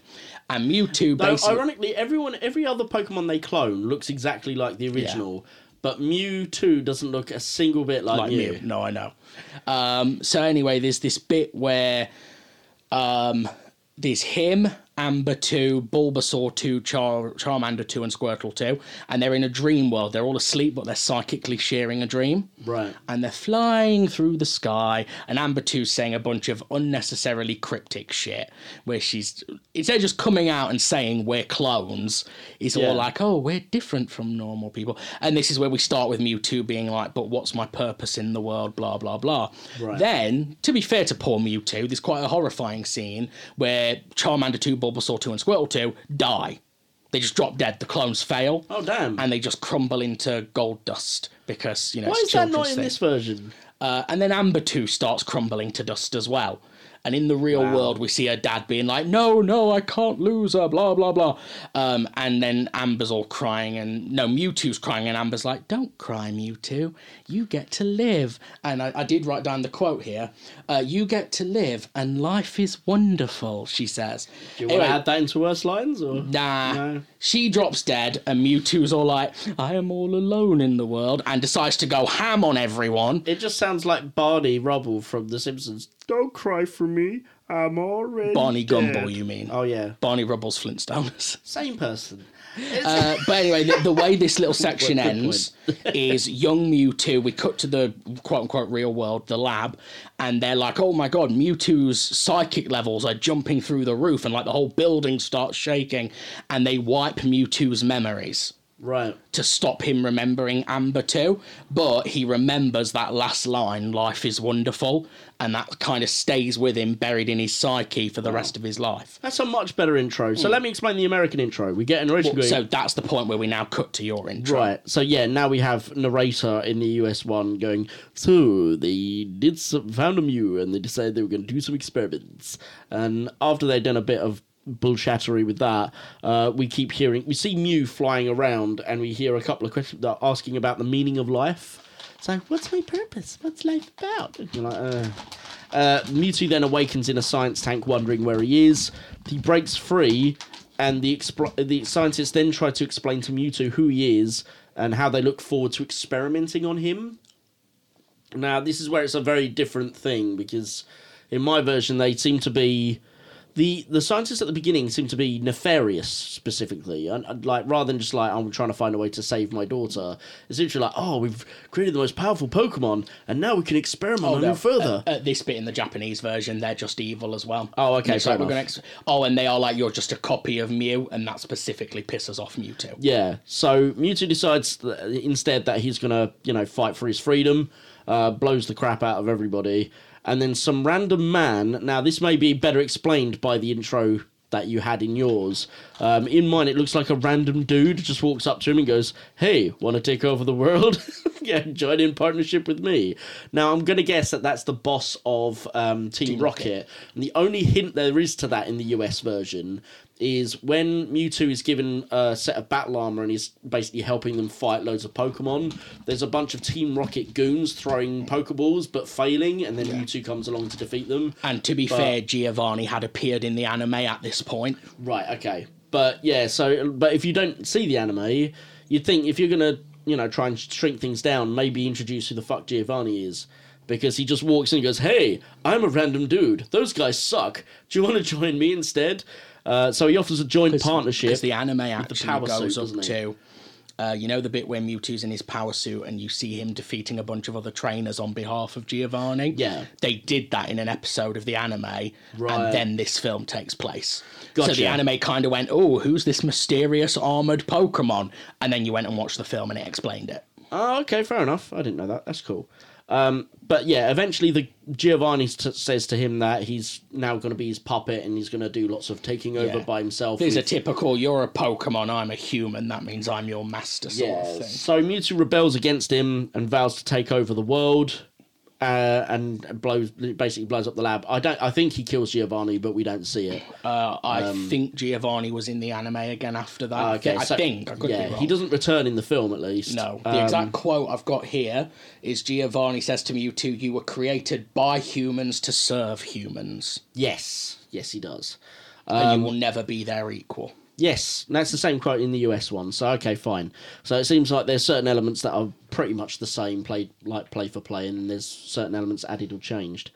Speaker 2: And Mewtwo
Speaker 3: Though,
Speaker 2: basically.
Speaker 3: ironically, everyone, every other Pokemon they clone looks exactly like the original, but Mewtwo doesn't look a single bit like,
Speaker 2: like
Speaker 3: Mew.
Speaker 2: Mew. No, I know. Um, so anyway, there's this bit where um, there's him, Amber two, Bulbasaur two, Char- Charmander two, and Squirtle two, and they're in a dream world. They're all asleep, but they're psychically sharing a dream.
Speaker 3: Right.
Speaker 2: And they're flying through the sky, and Amber 2's saying a bunch of unnecessarily cryptic shit, where she's instead of just coming out and saying we're clones, it's
Speaker 3: Yeah.
Speaker 2: all like, oh, we're different from normal people. And this is where we start with Mewtwo being like, but what's my purpose in the world? Blah, blah, blah.
Speaker 3: Right.
Speaker 2: Then, to be fair to poor Mewtwo, there's quite a horrifying scene where Charmander 2, Bulbasaur 2, and Squirtle 2 die. They just drop dead, the clones fail.
Speaker 3: Oh, damn.
Speaker 2: And they just crumble into gold dust because, you know,
Speaker 3: Why
Speaker 2: it's
Speaker 3: is that not
Speaker 2: children's
Speaker 3: in
Speaker 2: thing.
Speaker 3: this version?
Speaker 2: Uh, and then Amber 2 starts crumbling to dust as well. And in the real world, we see her dad being like, no, no, I can't lose her, blah, blah, blah. Um, and then Amber's all crying, and no, Mewtwo's crying, and Amber's like, don't cry, Mewtwo. You get to live. And I, I did write down the quote here uh, You get to live, and life is wonderful, she says.
Speaker 3: Do you want to add that into worse lines? Or?
Speaker 2: Nah.
Speaker 3: No.
Speaker 2: She drops dead, and Mewtwo's all like, I am all alone in the world, and decides to go ham on everyone.
Speaker 3: It just sounds like Barney Rubble from The Simpsons. Don't cry for me. I'm already
Speaker 2: Barney
Speaker 3: dead.
Speaker 2: Gumble, you mean?
Speaker 3: Oh, yeah.
Speaker 2: Barney Rubble's Flintstones.
Speaker 3: Same person.
Speaker 2: Uh, but anyway, the, the way this little section
Speaker 3: Good point.
Speaker 2: ends is young Mewtwo. We cut to the quote unquote real world, the lab, and they're like, oh my god, Mewtwo's psychic levels are jumping through the roof, and like the whole building starts shaking, and they wipe Mewtwo's memories
Speaker 3: Right.
Speaker 2: to stop him remembering Amber too, but he remembers that last line, life is wonderful, and that kind of stays with him buried in his psyche for the rest of his life.
Speaker 3: That's a much better intro. So let me explain the American intro. We get an original.
Speaker 2: Hmm. So that's the point where we now cut to your intro.
Speaker 3: Right. So yeah, now we have narrator in the US one going. So they did some, found a Mew and they decided they were going to do some experiments. And after they'd done a bit of bullshattery with that, uh, we keep hearing we see Mew flying around and we hear a couple of questions that are asking about the meaning of life. So what's my purpose? What's life about? And you're like, uh. Uh, Mewtwo then awakens in a science tank, wondering where he is. He breaks free, and the expl- the scientists then try to explain to Mewtwo who he is and how they look forward to experimenting on him. Now, this is where it's a very different thing because in my version, they seem to be. The, the scientists at the beginning seem to be nefarious specifically, and, and, like rather than just like I'm trying to find a way to save my daughter, it's literally like oh we've created the most powerful Pokemon and now we can experiment on
Speaker 2: Oh, No, Uh,
Speaker 3: him further.
Speaker 2: At, at this bit in the Japanese version, they're just evil as well.
Speaker 3: Oh, okay,
Speaker 2: It's
Speaker 3: fair
Speaker 2: like, we're gonna
Speaker 3: enough.
Speaker 2: ex- oh, and they are like, you're just a copy of Mew, and that specifically pisses off Mewtwo.
Speaker 3: Yeah. So Mewtwo decides th- instead that he's gonna, you know, fight for his freedom. Uh, blows the crap out of everybody, and then some random man. Now this may be better explained by the intro that you had in yours. Um, in mine, it looks like a random dude just walks up to him and goes, "Hey, want to take over the world? yeah, join in partnership with me." Now I'm gonna guess that that's the boss of um, Team, Rocket. And the only hint there is to that in the US version is when Mewtwo is given a set of battle armor and he's basically helping them fight loads of Pokemon. There's a bunch of Team Rocket goons throwing Pokeballs but failing, and then Mewtwo comes along to defeat them.
Speaker 2: And to be
Speaker 3: But-
Speaker 2: fair, Giovanni had appeared in the anime at this point.
Speaker 3: Right. Okay. But yeah. So, but if you don't see the anime, you'd think if you're gonna, you know, try and sh- shrink things down, maybe introduce who the fuck Giovanni is, because he just walks in and goes, "Hey, I'm a random dude. Those guys suck. Do you want to join me instead?" Uh, so he offers a joint partnership.
Speaker 2: Because the anime actually
Speaker 3: power
Speaker 2: goes
Speaker 3: suit,
Speaker 2: up
Speaker 3: doesn't it?
Speaker 2: to. Uh, you know the bit where Mewtwo's in his power suit and you see him defeating a bunch of other trainers on behalf of Giovanni?
Speaker 3: Yeah.
Speaker 2: They did that in an episode of the anime,
Speaker 3: Right.
Speaker 2: and then this film takes place. So
Speaker 3: Gotcha.
Speaker 2: the anime kind of went, oh, who's this mysterious armoured Pokemon? And then you went and watched the film and it explained it.
Speaker 3: Oh, okay, fair enough. I didn't know that. That's cool. Um, but yeah, eventually the Giovanni t- says to him that he's now going to be his puppet and he's going to do lots of taking over
Speaker 2: Yeah.
Speaker 3: by himself.
Speaker 2: There's a
Speaker 3: and-
Speaker 2: typical, you're a Pokemon, I'm a human, that means I'm your master sort of thing.
Speaker 3: So Mewtwo rebels against him and vows to take over the world, uh, and blows basically blows up the lab. I don't. I think he kills Giovanni, but we don't see it.
Speaker 2: Uh, I think Giovanni was in the anime again after that. I thi- I
Speaker 3: Um, Ah, so-
Speaker 2: think. I could
Speaker 3: yeah,
Speaker 2: be wrong.
Speaker 3: he doesn't return in the film at least.
Speaker 2: No, the
Speaker 3: Um,
Speaker 2: exact quote I've got here is Giovanni says to Mewtwo, "You were created by humans to serve humans,
Speaker 3: yes, yes, he does. Um,
Speaker 2: and you will never be their equal."
Speaker 3: Yes, and that's the same quote in the US one. So okay, fine. So it seems like there's certain elements that are pretty much the same, play like play for play, and there's certain elements added or changed.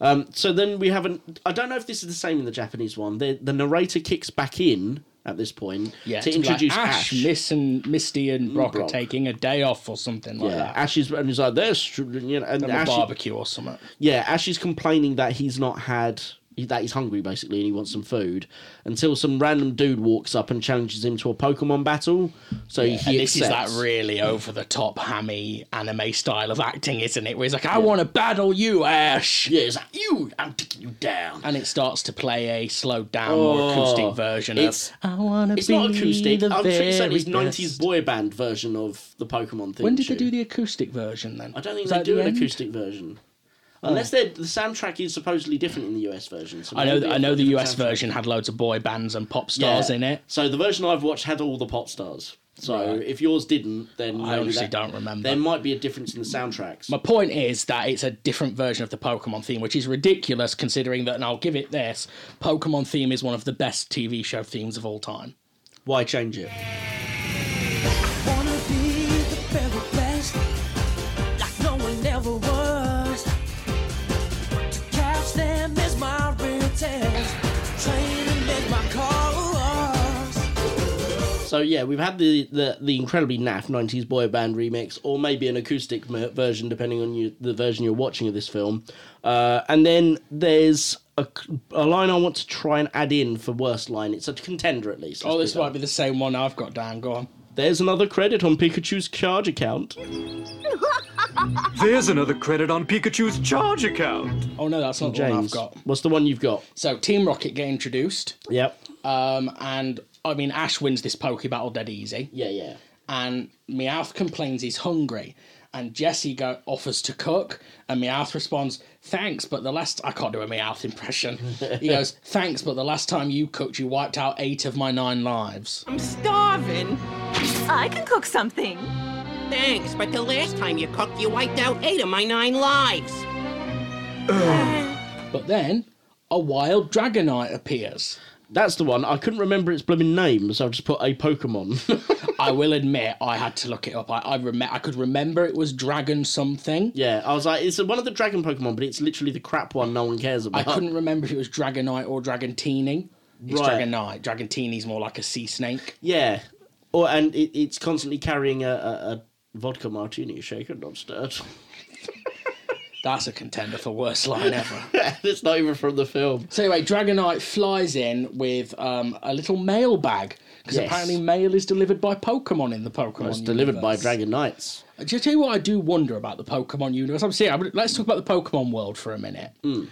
Speaker 3: Um, so then we have an. I don't know if this is the same in the Japanese one. The the narrator kicks back in at this point
Speaker 2: Yeah,
Speaker 3: to
Speaker 2: to be like,
Speaker 3: introduce
Speaker 2: Ash,
Speaker 3: Ash. Mm,
Speaker 2: Miss and Misty and Brock,
Speaker 3: Brock.
Speaker 2: are taking a day off or something like
Speaker 3: yeah,
Speaker 2: that,
Speaker 3: Ash is and he's like there's you know and,
Speaker 2: and
Speaker 3: Ash
Speaker 2: a barbecue or something.
Speaker 3: yeah, Ash is complaining that he's not had that he's hungry basically and he wants some food until some random dude walks up and challenges him to a Pokemon battle. So
Speaker 2: and
Speaker 3: he
Speaker 2: this is that
Speaker 3: accepts.
Speaker 2: really over the top, hammy anime style of acting, isn't it? Where he's like, "I want to battle you, Ash."
Speaker 3: Yeah, it's like you. I'm taking you down.
Speaker 2: And it starts to play a slowed down,
Speaker 3: Oh,
Speaker 2: more acoustic version
Speaker 3: it's-
Speaker 2: of "I want to
Speaker 3: It's
Speaker 2: be
Speaker 3: not acoustic.
Speaker 2: the
Speaker 3: I'm pretty certain it's
Speaker 2: very
Speaker 3: '90s
Speaker 2: best."
Speaker 3: boy band version of the Pokemon thing.
Speaker 2: When did they do the acoustic version then?
Speaker 3: I don't think
Speaker 2: Was
Speaker 3: they
Speaker 2: that
Speaker 3: do
Speaker 2: the
Speaker 3: an
Speaker 2: end? Oh.
Speaker 3: acoustic version, unless they're the soundtrack is supposedly different in the US version. So
Speaker 2: I know,
Speaker 3: maybe
Speaker 2: I know
Speaker 3: they've
Speaker 2: the
Speaker 3: got a
Speaker 2: US
Speaker 3: different soundtrack.
Speaker 2: version had loads of boy bands and pop stars
Speaker 3: Yeah.
Speaker 2: in it.
Speaker 3: So the version I've watched had all the pop stars. So if yours didn't, then
Speaker 2: I
Speaker 3: maybe
Speaker 2: honestly
Speaker 3: that-
Speaker 2: don't remember.
Speaker 3: There might be a difference in the soundtracks.
Speaker 2: My point is that it's a different version of the Pokemon theme, which is ridiculous considering that, and I'll give it this Pokemon theme is one of the best TV show themes of all time.
Speaker 3: Why change it?
Speaker 1: Wanna be the very best, like no one ever was. To catch them is my real test. Training is my cause.
Speaker 3: So yeah, we've had the, the, the incredibly naff '90s boy band remix, or maybe an acoustic mer- version, depending on you, the version you're watching of this film. Uh, and then there's a, c- a line I want to try and add in for worst line. It's a contender at least.
Speaker 2: Oh,
Speaker 3: let's
Speaker 2: this
Speaker 3: do that.
Speaker 2: might be the same one I've got down. Go on.
Speaker 3: There's another credit on Pikachu's charge account.
Speaker 4: There's another credit on Pikachu's charge account.
Speaker 2: Oh, no, that's not the one I've
Speaker 3: James,
Speaker 2: got.
Speaker 3: what's the one you've got?
Speaker 2: So, Team Rocket get introduced.
Speaker 3: Yep.
Speaker 2: Um, and, I mean, Ash wins this Poke Battle dead easy.
Speaker 3: Yeah, yeah.
Speaker 2: and Meowth complains he's hungry. And Jesse go, offers to cook, and Meowth responds, "Thanks, but the last I can't do a Meowth impression." he goes, "Thanks, but the last time you cooked, you wiped out eight of my nine lives."
Speaker 5: I'm starving.
Speaker 6: I can cook something.
Speaker 5: Thanks, but the last time you cooked, you wiped out eight of my nine lives.
Speaker 2: But then a wild Dragonite appears.
Speaker 3: That's the one. I couldn't remember its blooming name, so I just put a Pokemon.
Speaker 2: I will admit, I had to look it up. I I, rem- I could remember it was Dragon something.
Speaker 3: yeah, I was like, it's one of the dragon Pokemon, but it's literally the crap one no one cares
Speaker 2: I
Speaker 3: about.
Speaker 2: couldn't remember if it was Dragonite or Dragontini. It's
Speaker 3: Right.
Speaker 2: Dragonite. Dragontini's more like a sea snake.
Speaker 3: Yeah, or and it, it's constantly carrying a, a, a vodka martini shaker, not stirred.
Speaker 2: That's a contender for worst line ever.
Speaker 3: it's not even from the film.
Speaker 2: So anyway, Dragonite flies in with um, a little mail bag because
Speaker 3: Yes.
Speaker 2: apparently mail is delivered by Pokemon in the Pokemon.
Speaker 3: It's delivered by
Speaker 2: universe.
Speaker 3: Dragon Knights.
Speaker 2: Do you tell you what I do wonder about the Pokemon universe? I'm serious. I'm- Let's talk about the Pokemon world for a minute.
Speaker 3: Hmm.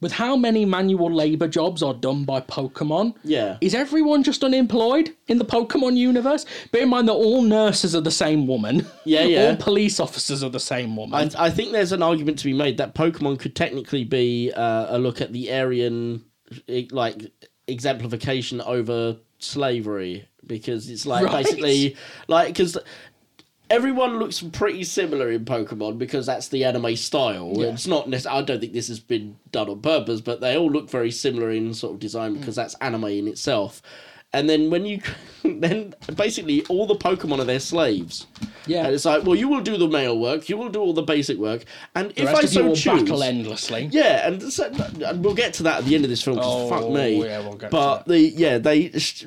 Speaker 2: With how many manual labor jobs are done by Pokemon?
Speaker 3: Yeah.
Speaker 2: Is everyone just unemployed in the Pokemon universe? Bear in mind that all nurses are the same woman.
Speaker 3: Yeah, yeah.
Speaker 2: all police officers are the same woman.
Speaker 3: I, I think there's an argument to be made that Pokemon could technically be uh, a look at the Aryan eh, like exemplification over slavery because it's like
Speaker 2: Right.
Speaker 3: basically like because everyone looks pretty similar in Pokemon because that's the anime style.
Speaker 2: Yeah.
Speaker 3: It's not necess- I don't think this has been done on purpose, but they all look very similar in sort of design because that's anime in itself. And then when you then basically all the Pokemon are their slaves.
Speaker 2: Yeah.
Speaker 3: And it's like, well, you will do the mail work, you will do all the basic work, and
Speaker 2: the
Speaker 3: if
Speaker 2: rest
Speaker 3: I
Speaker 2: of you
Speaker 3: so
Speaker 2: will
Speaker 3: choose,
Speaker 2: battle endlessly.
Speaker 3: yeah, and, so, and we'll get to that at the end of this film. 'cause
Speaker 2: Oh,
Speaker 3: fuck me.
Speaker 2: yeah, we'll get
Speaker 3: but
Speaker 2: to
Speaker 3: the yeah, they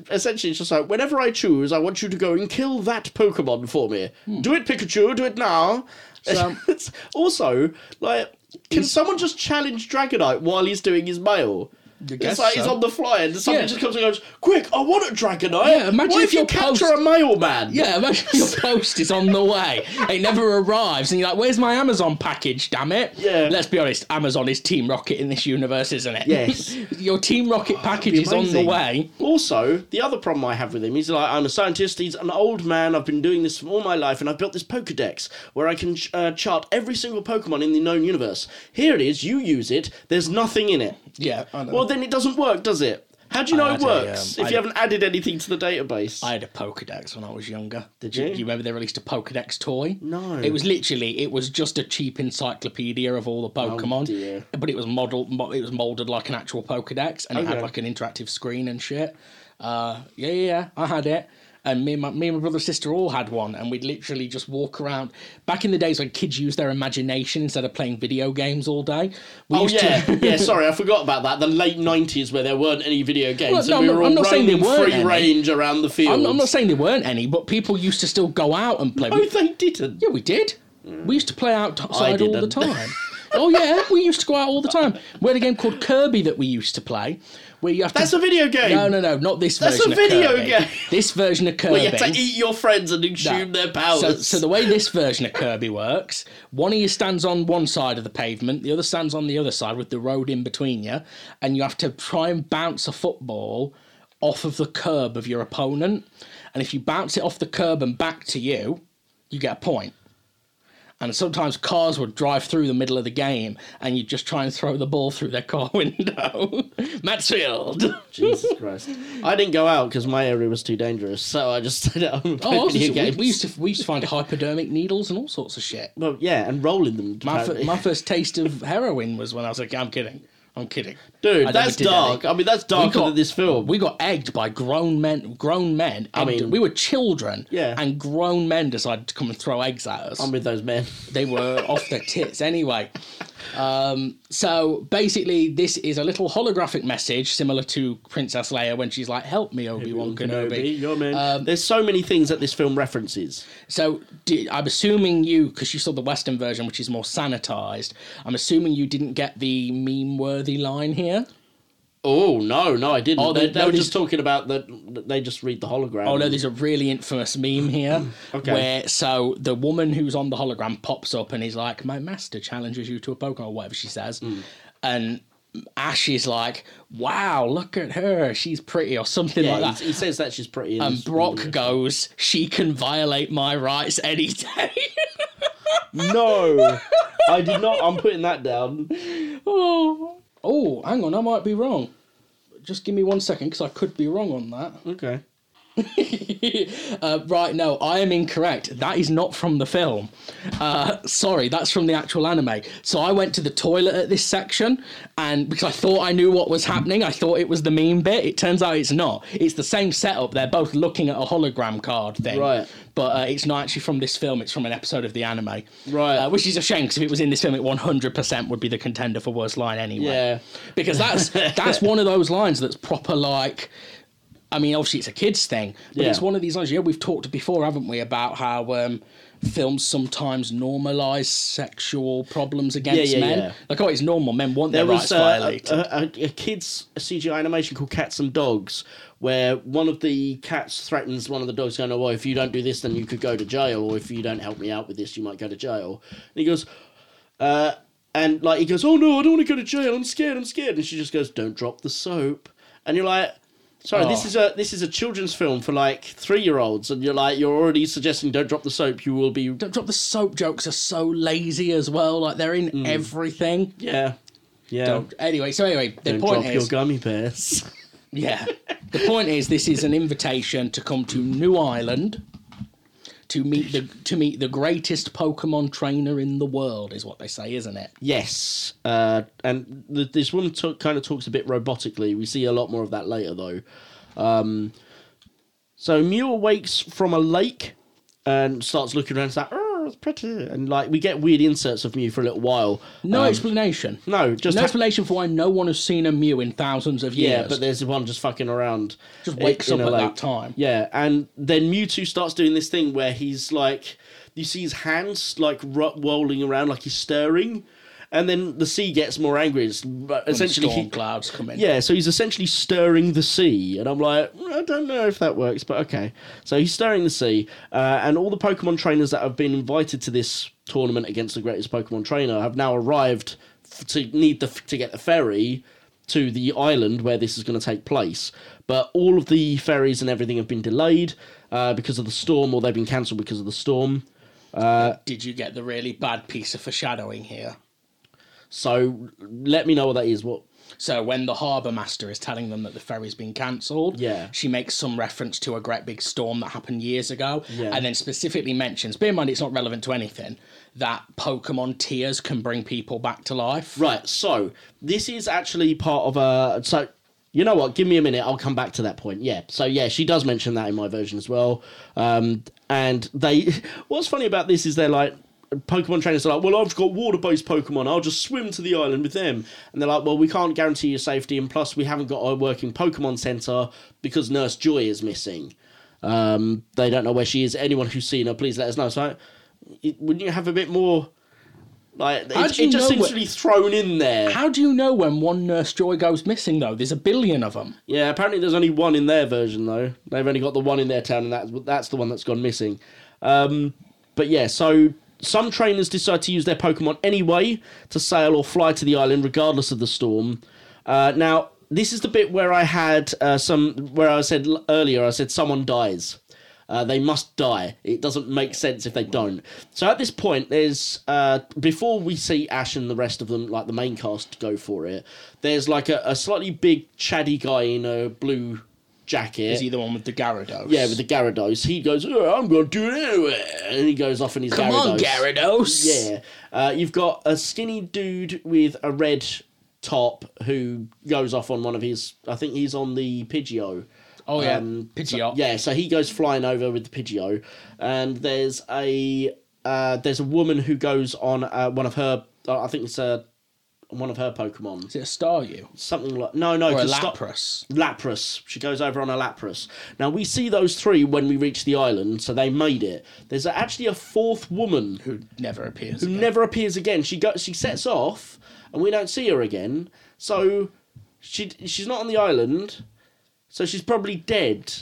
Speaker 3: essentially it's just like whenever I choose, I want you to go and kill that Pokemon for me. Do it, Pikachu. Do it now.
Speaker 2: Hmm. So- um,
Speaker 3: It's- also, like, can someone just challenge Dragonite while he's doing his mail?
Speaker 2: I
Speaker 3: It's
Speaker 2: guess
Speaker 3: like he's
Speaker 2: so.
Speaker 3: on the fly and something
Speaker 2: Yeah.
Speaker 3: just comes and goes, Quick, I want a Dragonite.
Speaker 2: Yeah, imagine
Speaker 3: what
Speaker 2: if
Speaker 3: if, you
Speaker 2: your
Speaker 3: capture
Speaker 2: post-
Speaker 3: a mailman?
Speaker 2: Yeah, imagine your post is on the way. It never arrives, and you're like, "Where's my Amazon package? Damn it!"
Speaker 3: Yeah.
Speaker 2: Let's be honest. Amazon is Team Rocket in this universe, isn't it?
Speaker 3: Yes.
Speaker 2: your Team Rocket package is on the
Speaker 3: amazing.
Speaker 2: way.
Speaker 3: Also, the other problem I have with him, he's like, I'm a scientist, he's an old man, I've been doing this for all my life, and I've built this Pokedex where I can uh, chart every single Pokemon in the known universe. Here it is, you use it, there's nothing in it.
Speaker 2: Yeah. I know.
Speaker 3: Well, then it doesn't work, does it? How do you know
Speaker 2: I
Speaker 3: it
Speaker 2: had a,
Speaker 3: works
Speaker 2: um,
Speaker 3: if
Speaker 2: I
Speaker 3: you
Speaker 2: had-
Speaker 3: haven't added anything to the database?
Speaker 2: I had a Pokedex when I was younger. Did
Speaker 3: you?
Speaker 2: You, remember they released a Pokedex toy?
Speaker 3: No.
Speaker 2: It was literally it was just a cheap encyclopedia of all the Pokemon,
Speaker 3: Oh, dear.
Speaker 2: but it was modeled mo- it was molded like an actual Pokedex, and it
Speaker 3: Okay.
Speaker 2: had like an interactive screen and shit. Uh, yeah, yeah, yeah, I had it. And me and, my, me and my brother and sister all had one, and we'd literally just walk around. Back in the days when kids used their imagination instead of playing video games all day, we
Speaker 3: Oh
Speaker 2: used
Speaker 3: yeah,
Speaker 2: to.
Speaker 3: yeah. Sorry, I forgot about that. The late '90s, where there weren't any video
Speaker 2: Well,
Speaker 3: games,
Speaker 2: no,
Speaker 3: and we
Speaker 2: I'm
Speaker 3: were
Speaker 2: not- I'm
Speaker 3: all
Speaker 2: not saying
Speaker 3: roaming
Speaker 2: there weren't
Speaker 3: free
Speaker 2: any.
Speaker 3: range around the field.
Speaker 2: I'm, I'm not saying there weren't any, but people used to still go out and play.
Speaker 3: No, they didn't.
Speaker 2: Yeah, we did. We used to play outside all the
Speaker 3: didn't.
Speaker 2: time. oh yeah, we used to go out all the time. We had a game called Kirby that we used to play, where you have
Speaker 3: That's
Speaker 2: to.
Speaker 3: a video game.
Speaker 2: No, no, no, not this
Speaker 3: That's
Speaker 2: version.
Speaker 3: a video
Speaker 2: of Kirby.
Speaker 3: game.
Speaker 2: This version of Kirby.
Speaker 3: Well, you have to eat your friends and
Speaker 2: No.
Speaker 3: exhume their
Speaker 2: So,
Speaker 3: powers.
Speaker 2: so the way this version of Kirby works, one of you stands on one side of the pavement, the other stands on the other side with the road in between you, and you have to try and bounce a football off of the curb of your opponent. And if you bounce it off the curb and back to you, you get a point. And sometimes cars would drive through the middle of the game, and you'd just try and throw the ball through their car window. Matsfield.
Speaker 3: Jesus Christ! I didn't go out because my area was too dangerous, so I just stayed at home. and played
Speaker 2: Oh, I was
Speaker 3: video
Speaker 2: just- we,
Speaker 3: games.
Speaker 2: we used to we used to find hypodermic needles and all sorts of shit.
Speaker 3: Well, yeah, and rolling them.
Speaker 2: My,
Speaker 3: apparently.
Speaker 2: f- my first taste of heroin was when I was like, I'm kidding. I'm kidding. I
Speaker 3: Dude,
Speaker 2: never
Speaker 3: that's
Speaker 2: did
Speaker 3: dark.
Speaker 2: any.
Speaker 3: I mean, that's
Speaker 2: We
Speaker 3: darker
Speaker 2: got-
Speaker 3: than this film.
Speaker 2: We got egged by grown men. Grown men. I
Speaker 3: mean-
Speaker 2: mean, we were children.
Speaker 3: Yeah.
Speaker 2: And grown men decided to come and throw eggs at us.
Speaker 3: I'm with those men.
Speaker 2: they were off their tits anyway. Um, so basically, this is a little holographic message similar to Princess Leia when she's like, "Help me, Obi Wan Kenobi." Um,
Speaker 3: your man. There's so many things that this film references.
Speaker 2: So di I'm assuming you, because you saw the Western version, which is more sanitized. I'm assuming you didn't get the meme-worthy line here.
Speaker 3: Oh no, no, I didn't.
Speaker 2: Oh,
Speaker 3: they,
Speaker 2: there-
Speaker 3: they were
Speaker 2: there
Speaker 3: just
Speaker 2: is-
Speaker 3: talking about that. They just read the hologram.
Speaker 2: Oh no, there's a really infamous meme here
Speaker 3: Okay.
Speaker 2: where so the woman who's on the hologram pops up and is like, "My master challenges you to a Pokemon," or whatever she says,
Speaker 3: Mm.
Speaker 2: and Ash is like, "Wow, look at her, she's pretty," or something
Speaker 3: yeah,
Speaker 2: like
Speaker 3: he,
Speaker 2: that.
Speaker 3: he says that she's pretty. in
Speaker 2: and
Speaker 3: this-
Speaker 2: Brock goes, "She can violate my rights any day."
Speaker 3: No, I did not. I'm putting that down.
Speaker 2: oh. oh, hang on, I might be wrong. Just give me one second because I could be wrong on that.
Speaker 3: Okay.
Speaker 2: Uh, right, no, I am incorrect. That is not from the film. Uh, sorry, that's from the actual anime. So I went to the toilet at this section, and because I thought I knew what was happening, I thought it was the meme bit. It turns out it's not. It's the same setup. They're both looking at a hologram card thing.
Speaker 3: Right.
Speaker 2: But uh, it's not actually from this film. It's from an episode of the anime.
Speaker 3: Right.
Speaker 2: Uh, which is a shame because if it was in this film, it 100% would be the contender for worst line anyway
Speaker 3: Yeah.
Speaker 2: because that's that's one of those lines that's proper like I mean obviously it's a kids thing but
Speaker 3: Yeah.
Speaker 2: it's one of these lines yeah we've talked before haven't we about how um films sometimes normalize sexual problems against
Speaker 3: yeah,
Speaker 2: men
Speaker 3: yeah.
Speaker 2: like oh it's normal men want
Speaker 3: There
Speaker 2: their rights
Speaker 3: was uh,
Speaker 2: violated
Speaker 3: a, a, a kids CGI animation called Cats and Dogs, where one of the cats threatens one of the dogs, going, "Oh, well, if you don't do this, then you could go to jail, or if you don't help me out with this, you might go to jail." And he goes, uh, and like he goes, "Oh no, I don't want to go to jail. I'm scared. I'm scared." And she just goes, "Don't drop the soap." And you're like. Sorry, this
Speaker 2: Oh.
Speaker 3: is a this is a children's film for like three year olds, and you're like you're already suggesting don't drop the soap, you will be
Speaker 2: don't drop the soap jokes are so lazy as well like they're in everything
Speaker 3: yeah Mm. yeah
Speaker 2: Don't- anyway so anyway the
Speaker 3: Don't
Speaker 2: point is
Speaker 3: drop your gummy bears.
Speaker 2: Yeah. The point is, this is an invitation to come to New Island to meet the to meet the greatest Pokemon trainer in the world, is what they say, isn't it?
Speaker 3: Yes, uh, and th- this woman talk, kind of talks a bit robotically. We see a lot more of that later, though. Um, so Mew awakes from a lake and starts looking around. It's like, oh, it's pretty, and like we get weird inserts of Mew for a little while.
Speaker 2: No
Speaker 3: Um,
Speaker 2: explanation.
Speaker 3: no, just
Speaker 2: no
Speaker 3: ha-
Speaker 2: explanation for why no one has seen a Mew in thousands of years.
Speaker 3: yeah, but there's one just fucking around.
Speaker 2: Just
Speaker 3: i-
Speaker 2: wakes
Speaker 3: in
Speaker 2: up
Speaker 3: a
Speaker 2: at that
Speaker 3: lake.
Speaker 2: time.
Speaker 3: Yeah, and then Mewtwo starts doing this thing where he's like, you see his hands like ro- rolling around like he's stirring, And then the sea gets more angry. It's essentially
Speaker 2: storm
Speaker 3: he-
Speaker 2: clouds coming.
Speaker 3: yeah, so he's essentially stirring the sea, and I'm like, "Mm, I don't know if that works, but okay. So he's stirring the sea, uh, and all the Pokemon trainers that have been invited to this tournament against the greatest Pokemon trainer have now arrived f- to need the f- to get the ferry to the island where this is going to take place. But all of the ferries and everything have been delayed uh, because of the storm, or they've been cancelled because of the storm.
Speaker 2: Did you get the really bad piece of foreshadowing here?
Speaker 3: So let me know what that is. What
Speaker 2: So when the harbour master is telling them that the ferry's been cancelled,
Speaker 3: Yeah.
Speaker 2: she makes some reference to a great big storm that happened years ago,
Speaker 3: Yeah.
Speaker 2: and then specifically mentions, bear in mind it's not relevant to anything, that Pokemon tears can bring people back to life.
Speaker 3: Right, so this is actually part of a. So, you know what? Give me a minute. I'll come back to that point. Yeah. So, yeah, she does mention that in my version as well. Um, and they. What's funny about this is they're like. Pokemon trainers are like, well, I've got water based Pokemon. I'll just swim to the island with them. And they're like, well, we can't guarantee your safety. And plus, we haven't got a working Pokemon Center because Nurse Joy is missing. Um, they don't know where she is. Anyone who's seen her, please let us know. So, it, wouldn't you have a bit more. Like,
Speaker 2: How
Speaker 3: it,
Speaker 2: do you
Speaker 3: it just
Speaker 2: know
Speaker 3: seems
Speaker 2: where-
Speaker 3: to be thrown in there.
Speaker 2: How do you know when one Nurse Joy goes missing, though? There's a billion of them.
Speaker 3: Yeah, apparently there's only one in their version though. They've only got the one in their town, and that's that's the one that's gone missing. Um, but yeah, so some trainers decide to use their Pokemon anyway to sail or fly to the island, regardless of the storm. Uh, now, this is the bit where I had uh, some where I said l- earlier. I said someone dies. Uh, they must die. It doesn't make sense if they don't. So at this point, there's uh, before we see Ash and the rest of them, like the main cast, go for it. There's like a, a slightly big chatty guy in a blue jacket.
Speaker 2: Is he the one with the Gyarados?
Speaker 3: yeah, with the Gyarados. He goes, oh, "I'm gonna do it anyway," and he goes off in his
Speaker 2: Come
Speaker 3: Gyarados.
Speaker 2: on, Gyarados!
Speaker 3: Yeah, uh, you've got a skinny dude with a red top who goes off on one of his. I think he's on the Pidgeot.
Speaker 2: Oh, yeah.
Speaker 3: Um, So,
Speaker 2: Pidgeot.
Speaker 3: yeah, so he goes flying over with the Pidgeot, and there's a uh, there's a woman who goes on uh, one of her. I think it's a one of her Pokemon.
Speaker 2: Is it a Staryu?
Speaker 3: Something like no, no,
Speaker 2: Or a
Speaker 3: 'cause Star-
Speaker 2: Lapras?
Speaker 3: Lapras. She goes over on a Lapras. Now we see those three when we reach the island, so they made it. There's actually a fourth woman
Speaker 2: Who never appears.
Speaker 3: who
Speaker 2: again.
Speaker 3: never appears again. She go, she sets off, and we don't see her again. So she she's not on the island, so she's probably dead.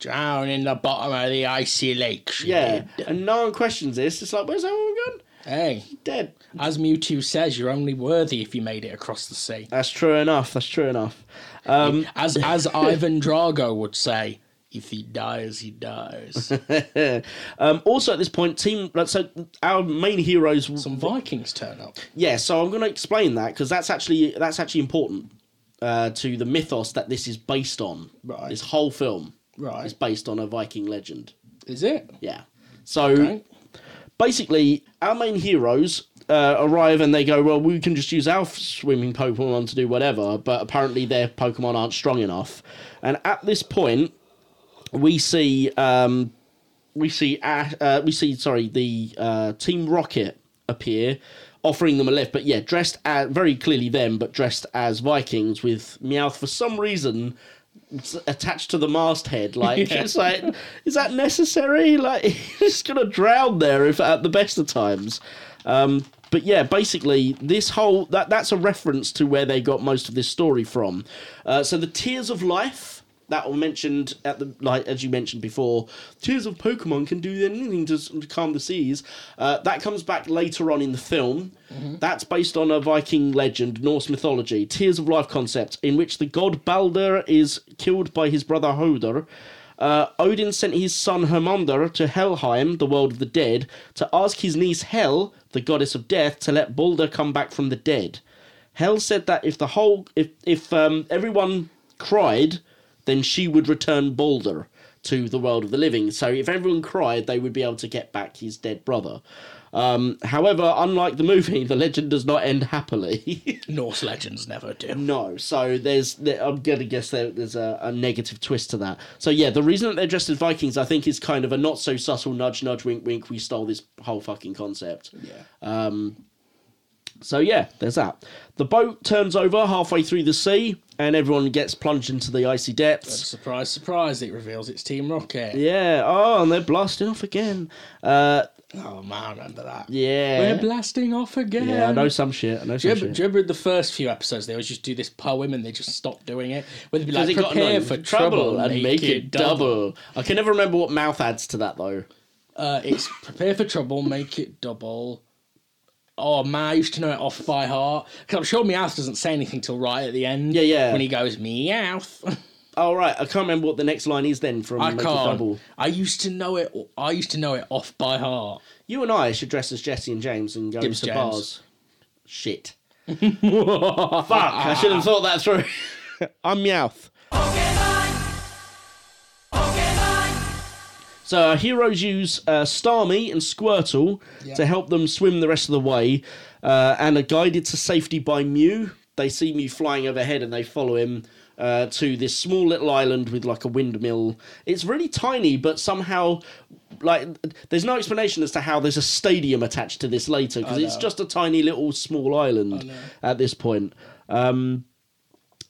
Speaker 2: Drown in the bottom of the icy lake. she
Speaker 3: Yeah,
Speaker 2: did.
Speaker 3: and no one questions this. It's like, where's that woman gone?
Speaker 2: Hey,
Speaker 3: Dead.
Speaker 2: as Mewtwo says, you're only worthy if you made it across the sea.
Speaker 3: That's true enough. That's true enough. Um,
Speaker 2: As as Ivan Drago would say, if he dies, he dies.
Speaker 3: um, also, at this point, team. like, So our main heroes.
Speaker 2: Some Vikings turn up.
Speaker 3: Yeah, so I'm going to explain that because that's actually that's actually important uh, to the mythos that this is based on.
Speaker 2: Right.
Speaker 3: This whole film
Speaker 2: Right.
Speaker 3: is based on a Viking legend.
Speaker 2: Is it?
Speaker 3: Yeah. So
Speaker 2: Okay.
Speaker 3: basically, our main heroes uh, arrive and they go, well, we can just use our swimming Pokemon to do whatever, but apparently their Pokemon aren't strong enough. And at this point, we see um, we see Ash, uh, we see sorry the uh, Team Rocket appear, offering them a lift. But yeah, dressed as, very clearly them, but dressed as Vikings with Meowth for some reason s- attached to the masthead. Like it's like, is that necessary? Like he's gonna drown there if at the best of times. Um, but yeah, basically this whole that that's a reference to where they got most of this story from. Uh, so the Tears of Life that were mentioned at the like as you mentioned before tears of pokemon can do anything to, s- to calm the seas uh, that comes back later on in the film that's based on a viking legend norse mythology tears of life concept in which the god balder is killed by his brother hodor uh, odin sent his son hermondr to helheim the world of the dead to ask his niece hel the goddess of death to let balder come back from the dead Hell said that if the whole if if um, everyone cried, then she would return Balder to the world of the living. So if everyone cried, they would be able to get back his dead brother. Um, however, unlike the movie, the legend does not end happily.
Speaker 2: Norse legends never do.
Speaker 3: no, so there's there, I'm gonna guess there, there's a, a negative twist to that. So yeah, the reason that they're dressed as Vikings, I think, is kind of a not so subtle nudge, nudge, wink, wink. We stole this whole fucking concept. Um, So yeah, there's that. The boat turns over halfway through the sea, and everyone gets plunged into the icy depths.
Speaker 2: Surprise, surprise! It reveals it's Team Rocket.
Speaker 3: Yeah. Oh, and they're blasting off again. Uh,
Speaker 2: Oh man, I remember that.
Speaker 3: Yeah.
Speaker 2: We're blasting off again.
Speaker 3: yeah, I know some shit. I know
Speaker 2: Do
Speaker 3: some
Speaker 2: you, remember,
Speaker 3: shit.
Speaker 2: do you remember the first few episodes? They always just do this poem and they just stopped doing it. Where they'd be like,
Speaker 3: Because it got
Speaker 2: prepare
Speaker 3: annoying.
Speaker 2: for trouble
Speaker 3: and make it double. I can never remember what mouth adds to that though.
Speaker 2: Uh, it's prepare for trouble, make it double. Oh man, I used to know it off by heart. Because I'm sure Meowth doesn't say anything till right at the end.
Speaker 3: Yeah, yeah.
Speaker 2: When he goes, Meowth.
Speaker 3: Oh right, I can't remember what the next line is then from
Speaker 2: I
Speaker 3: Make It
Speaker 2: can't.
Speaker 3: Double.
Speaker 2: I used to know it. I used to know it off by heart.
Speaker 3: You and I should dress as Jesse and James and go
Speaker 2: Dibs
Speaker 3: to
Speaker 2: James.
Speaker 3: bars. Shit. Fuck! I should have thought that through. I'm Meowth. So our heroes use uh, Starmie and Squirtle to help them swim the rest of the way, uh, and are guided to safety by Mew. They see Mew flying overhead and they follow him uh, to this small little island with like a windmill. It's really tiny, but somehow, like, there's no explanation as to how there's a stadium attached to this later because it's just a tiny little small island at this point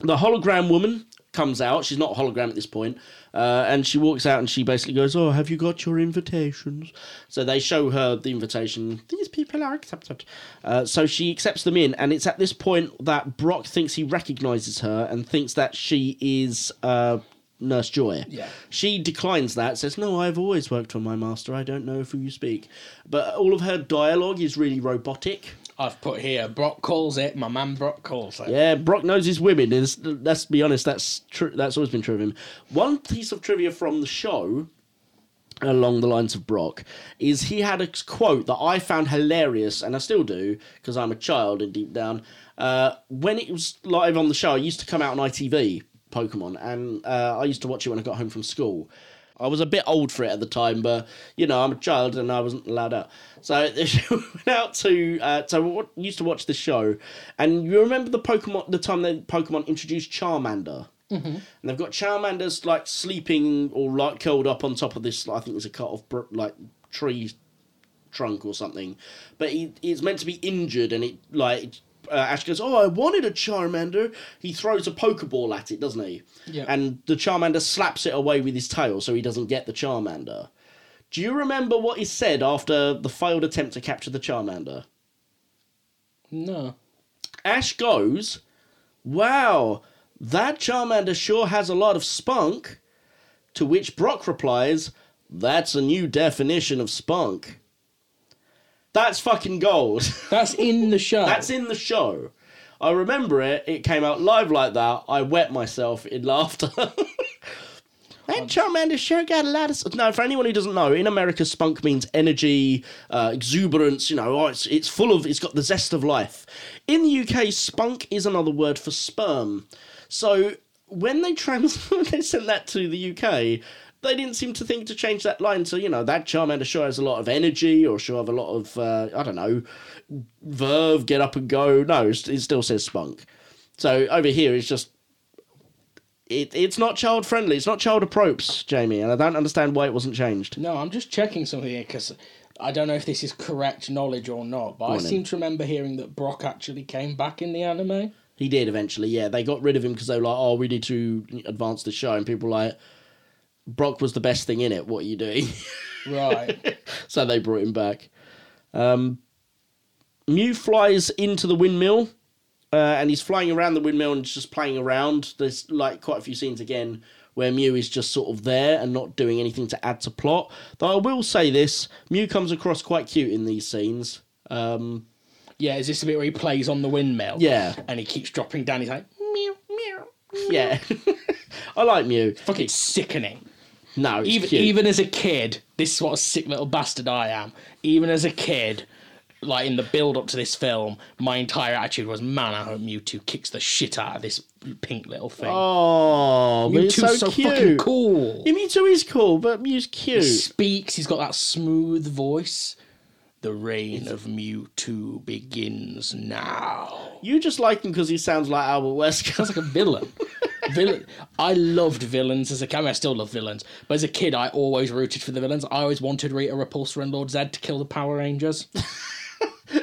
Speaker 3: the hologram woman comes out. She's not a hologram at this point, uh, and she walks out and she basically goes, "Oh, have you got your invitations?" So they show her the invitation. These people are accepted. Uh, so she accepts them in, and it's at this point that Brock thinks he recognizes her and thinks that she is. Uh, Nurse Joy.
Speaker 2: Yeah.
Speaker 3: She declines that, says, No, I've always worked for my master. I don't know of who you speak. But all of her dialogue is really robotic.
Speaker 2: I've put here. Brock calls it. My man Brock calls it.
Speaker 3: Yeah, Brock knows his women. Is let's be honest, that's true. That's always been true of him. One piece of trivia from the show, along the lines of Brock, is he had a quote that I found hilarious, and I still do because I'm a child and deep down. Uh, when it was live on the show, it used to come out on ITV Pokemon, and uh, I used to watch it when I got home from school. I was a bit old for it at the time, but you know I'm a child and I wasn't allowed out. So she went out to uh, so we wa- used to watch the show, and you remember the Pokemon the time that Pokemon introduced Charmander, and they've got Charmander's like sleeping or like curled up on top of this I think it's a cut off br- like tree trunk or something, but he it's meant to be injured and it like. Uh, Ash goes, oh, I wanted a Charmander. He throws a Pokeball at it, doesn't he?
Speaker 2: Yeah.
Speaker 3: And the Charmander slaps it away with his tail, so he doesn't get the Charmander. Do you remember what he said after the failed attempt to capture the Charmander?
Speaker 2: No.
Speaker 3: Ash goes, Wow, that Charmander sure has a lot of spunk. To which Brock replies, That's a new definition of spunk. That's fucking gold.
Speaker 2: That's in the show.
Speaker 3: That's in the show. I remember it. It came out live like that. I wet myself in laughter. That Charmander sure got a lot of. s- No, for anyone who doesn't know, in America, spunk means energy, uh, exuberance. You know, oh, it's it's full of. It's got the zest of life. In the UK, spunk is another word for sperm. So when they trans, when they sent that to the UK, they didn't seem to think to change that line. So you know, that Charmander sure has a lot of energy, or sure have a lot of uh, I don't know, verve, get up and go. No, it it still says spunk. So over here, it's just it, it's not child friendly. It's not child appropriate, Jamie, and I don't understand why it wasn't changed.
Speaker 2: No, I'm just checking something here because I don't know if this is correct knowledge or not, but I
Speaker 3: on then.
Speaker 2: seem to remember hearing that Brock actually came back in the anime.
Speaker 3: He did eventually. Yeah, they got rid of him because they were like, "Oh, we need to advance the show," and people were like, "Brock was the best thing in it. What are you doing?"
Speaker 2: Right.
Speaker 3: so they brought him back. Um, Mew flies into the windmill, uh, and he's flying around the windmill and just playing around. There's like quite a few scenes again where Mew is just sort of there and not doing anything to add to plot. Though I will say this, Mew comes across quite cute in these scenes. Um,
Speaker 2: yeah, is this the bit where he plays on the windmill?
Speaker 3: Yeah.
Speaker 2: And he keeps dropping down. He's like, meow, meow.
Speaker 3: yeah, I like Mew.
Speaker 2: Fucking sickening.
Speaker 3: No, it's
Speaker 2: Even
Speaker 3: cute.
Speaker 2: even as a kid, this is what a sick little bastard I am. Even as a kid, like in the build up to this film, my entire attitude was, man, I hope Mewtwo kicks the shit out of this pink little thing.
Speaker 3: oh,
Speaker 2: Mewtwo's
Speaker 3: Mewtwo's so,
Speaker 2: so
Speaker 3: cute.
Speaker 2: fucking cool.
Speaker 3: Yeah, Mewtwo is cool, but Mew's
Speaker 2: He
Speaker 3: cute.
Speaker 2: speaks. He's got that smooth voice. The reign of Mewtwo begins now.
Speaker 3: You just like him because he sounds like Albert Wesker.
Speaker 2: Sounds like a villain. villain. I loved villains as a kid. I, mean, I still love villains, but as a kid, I always rooted for the villains. I always wanted Rita Repulsa and Lord Zed to kill the Power Rangers. I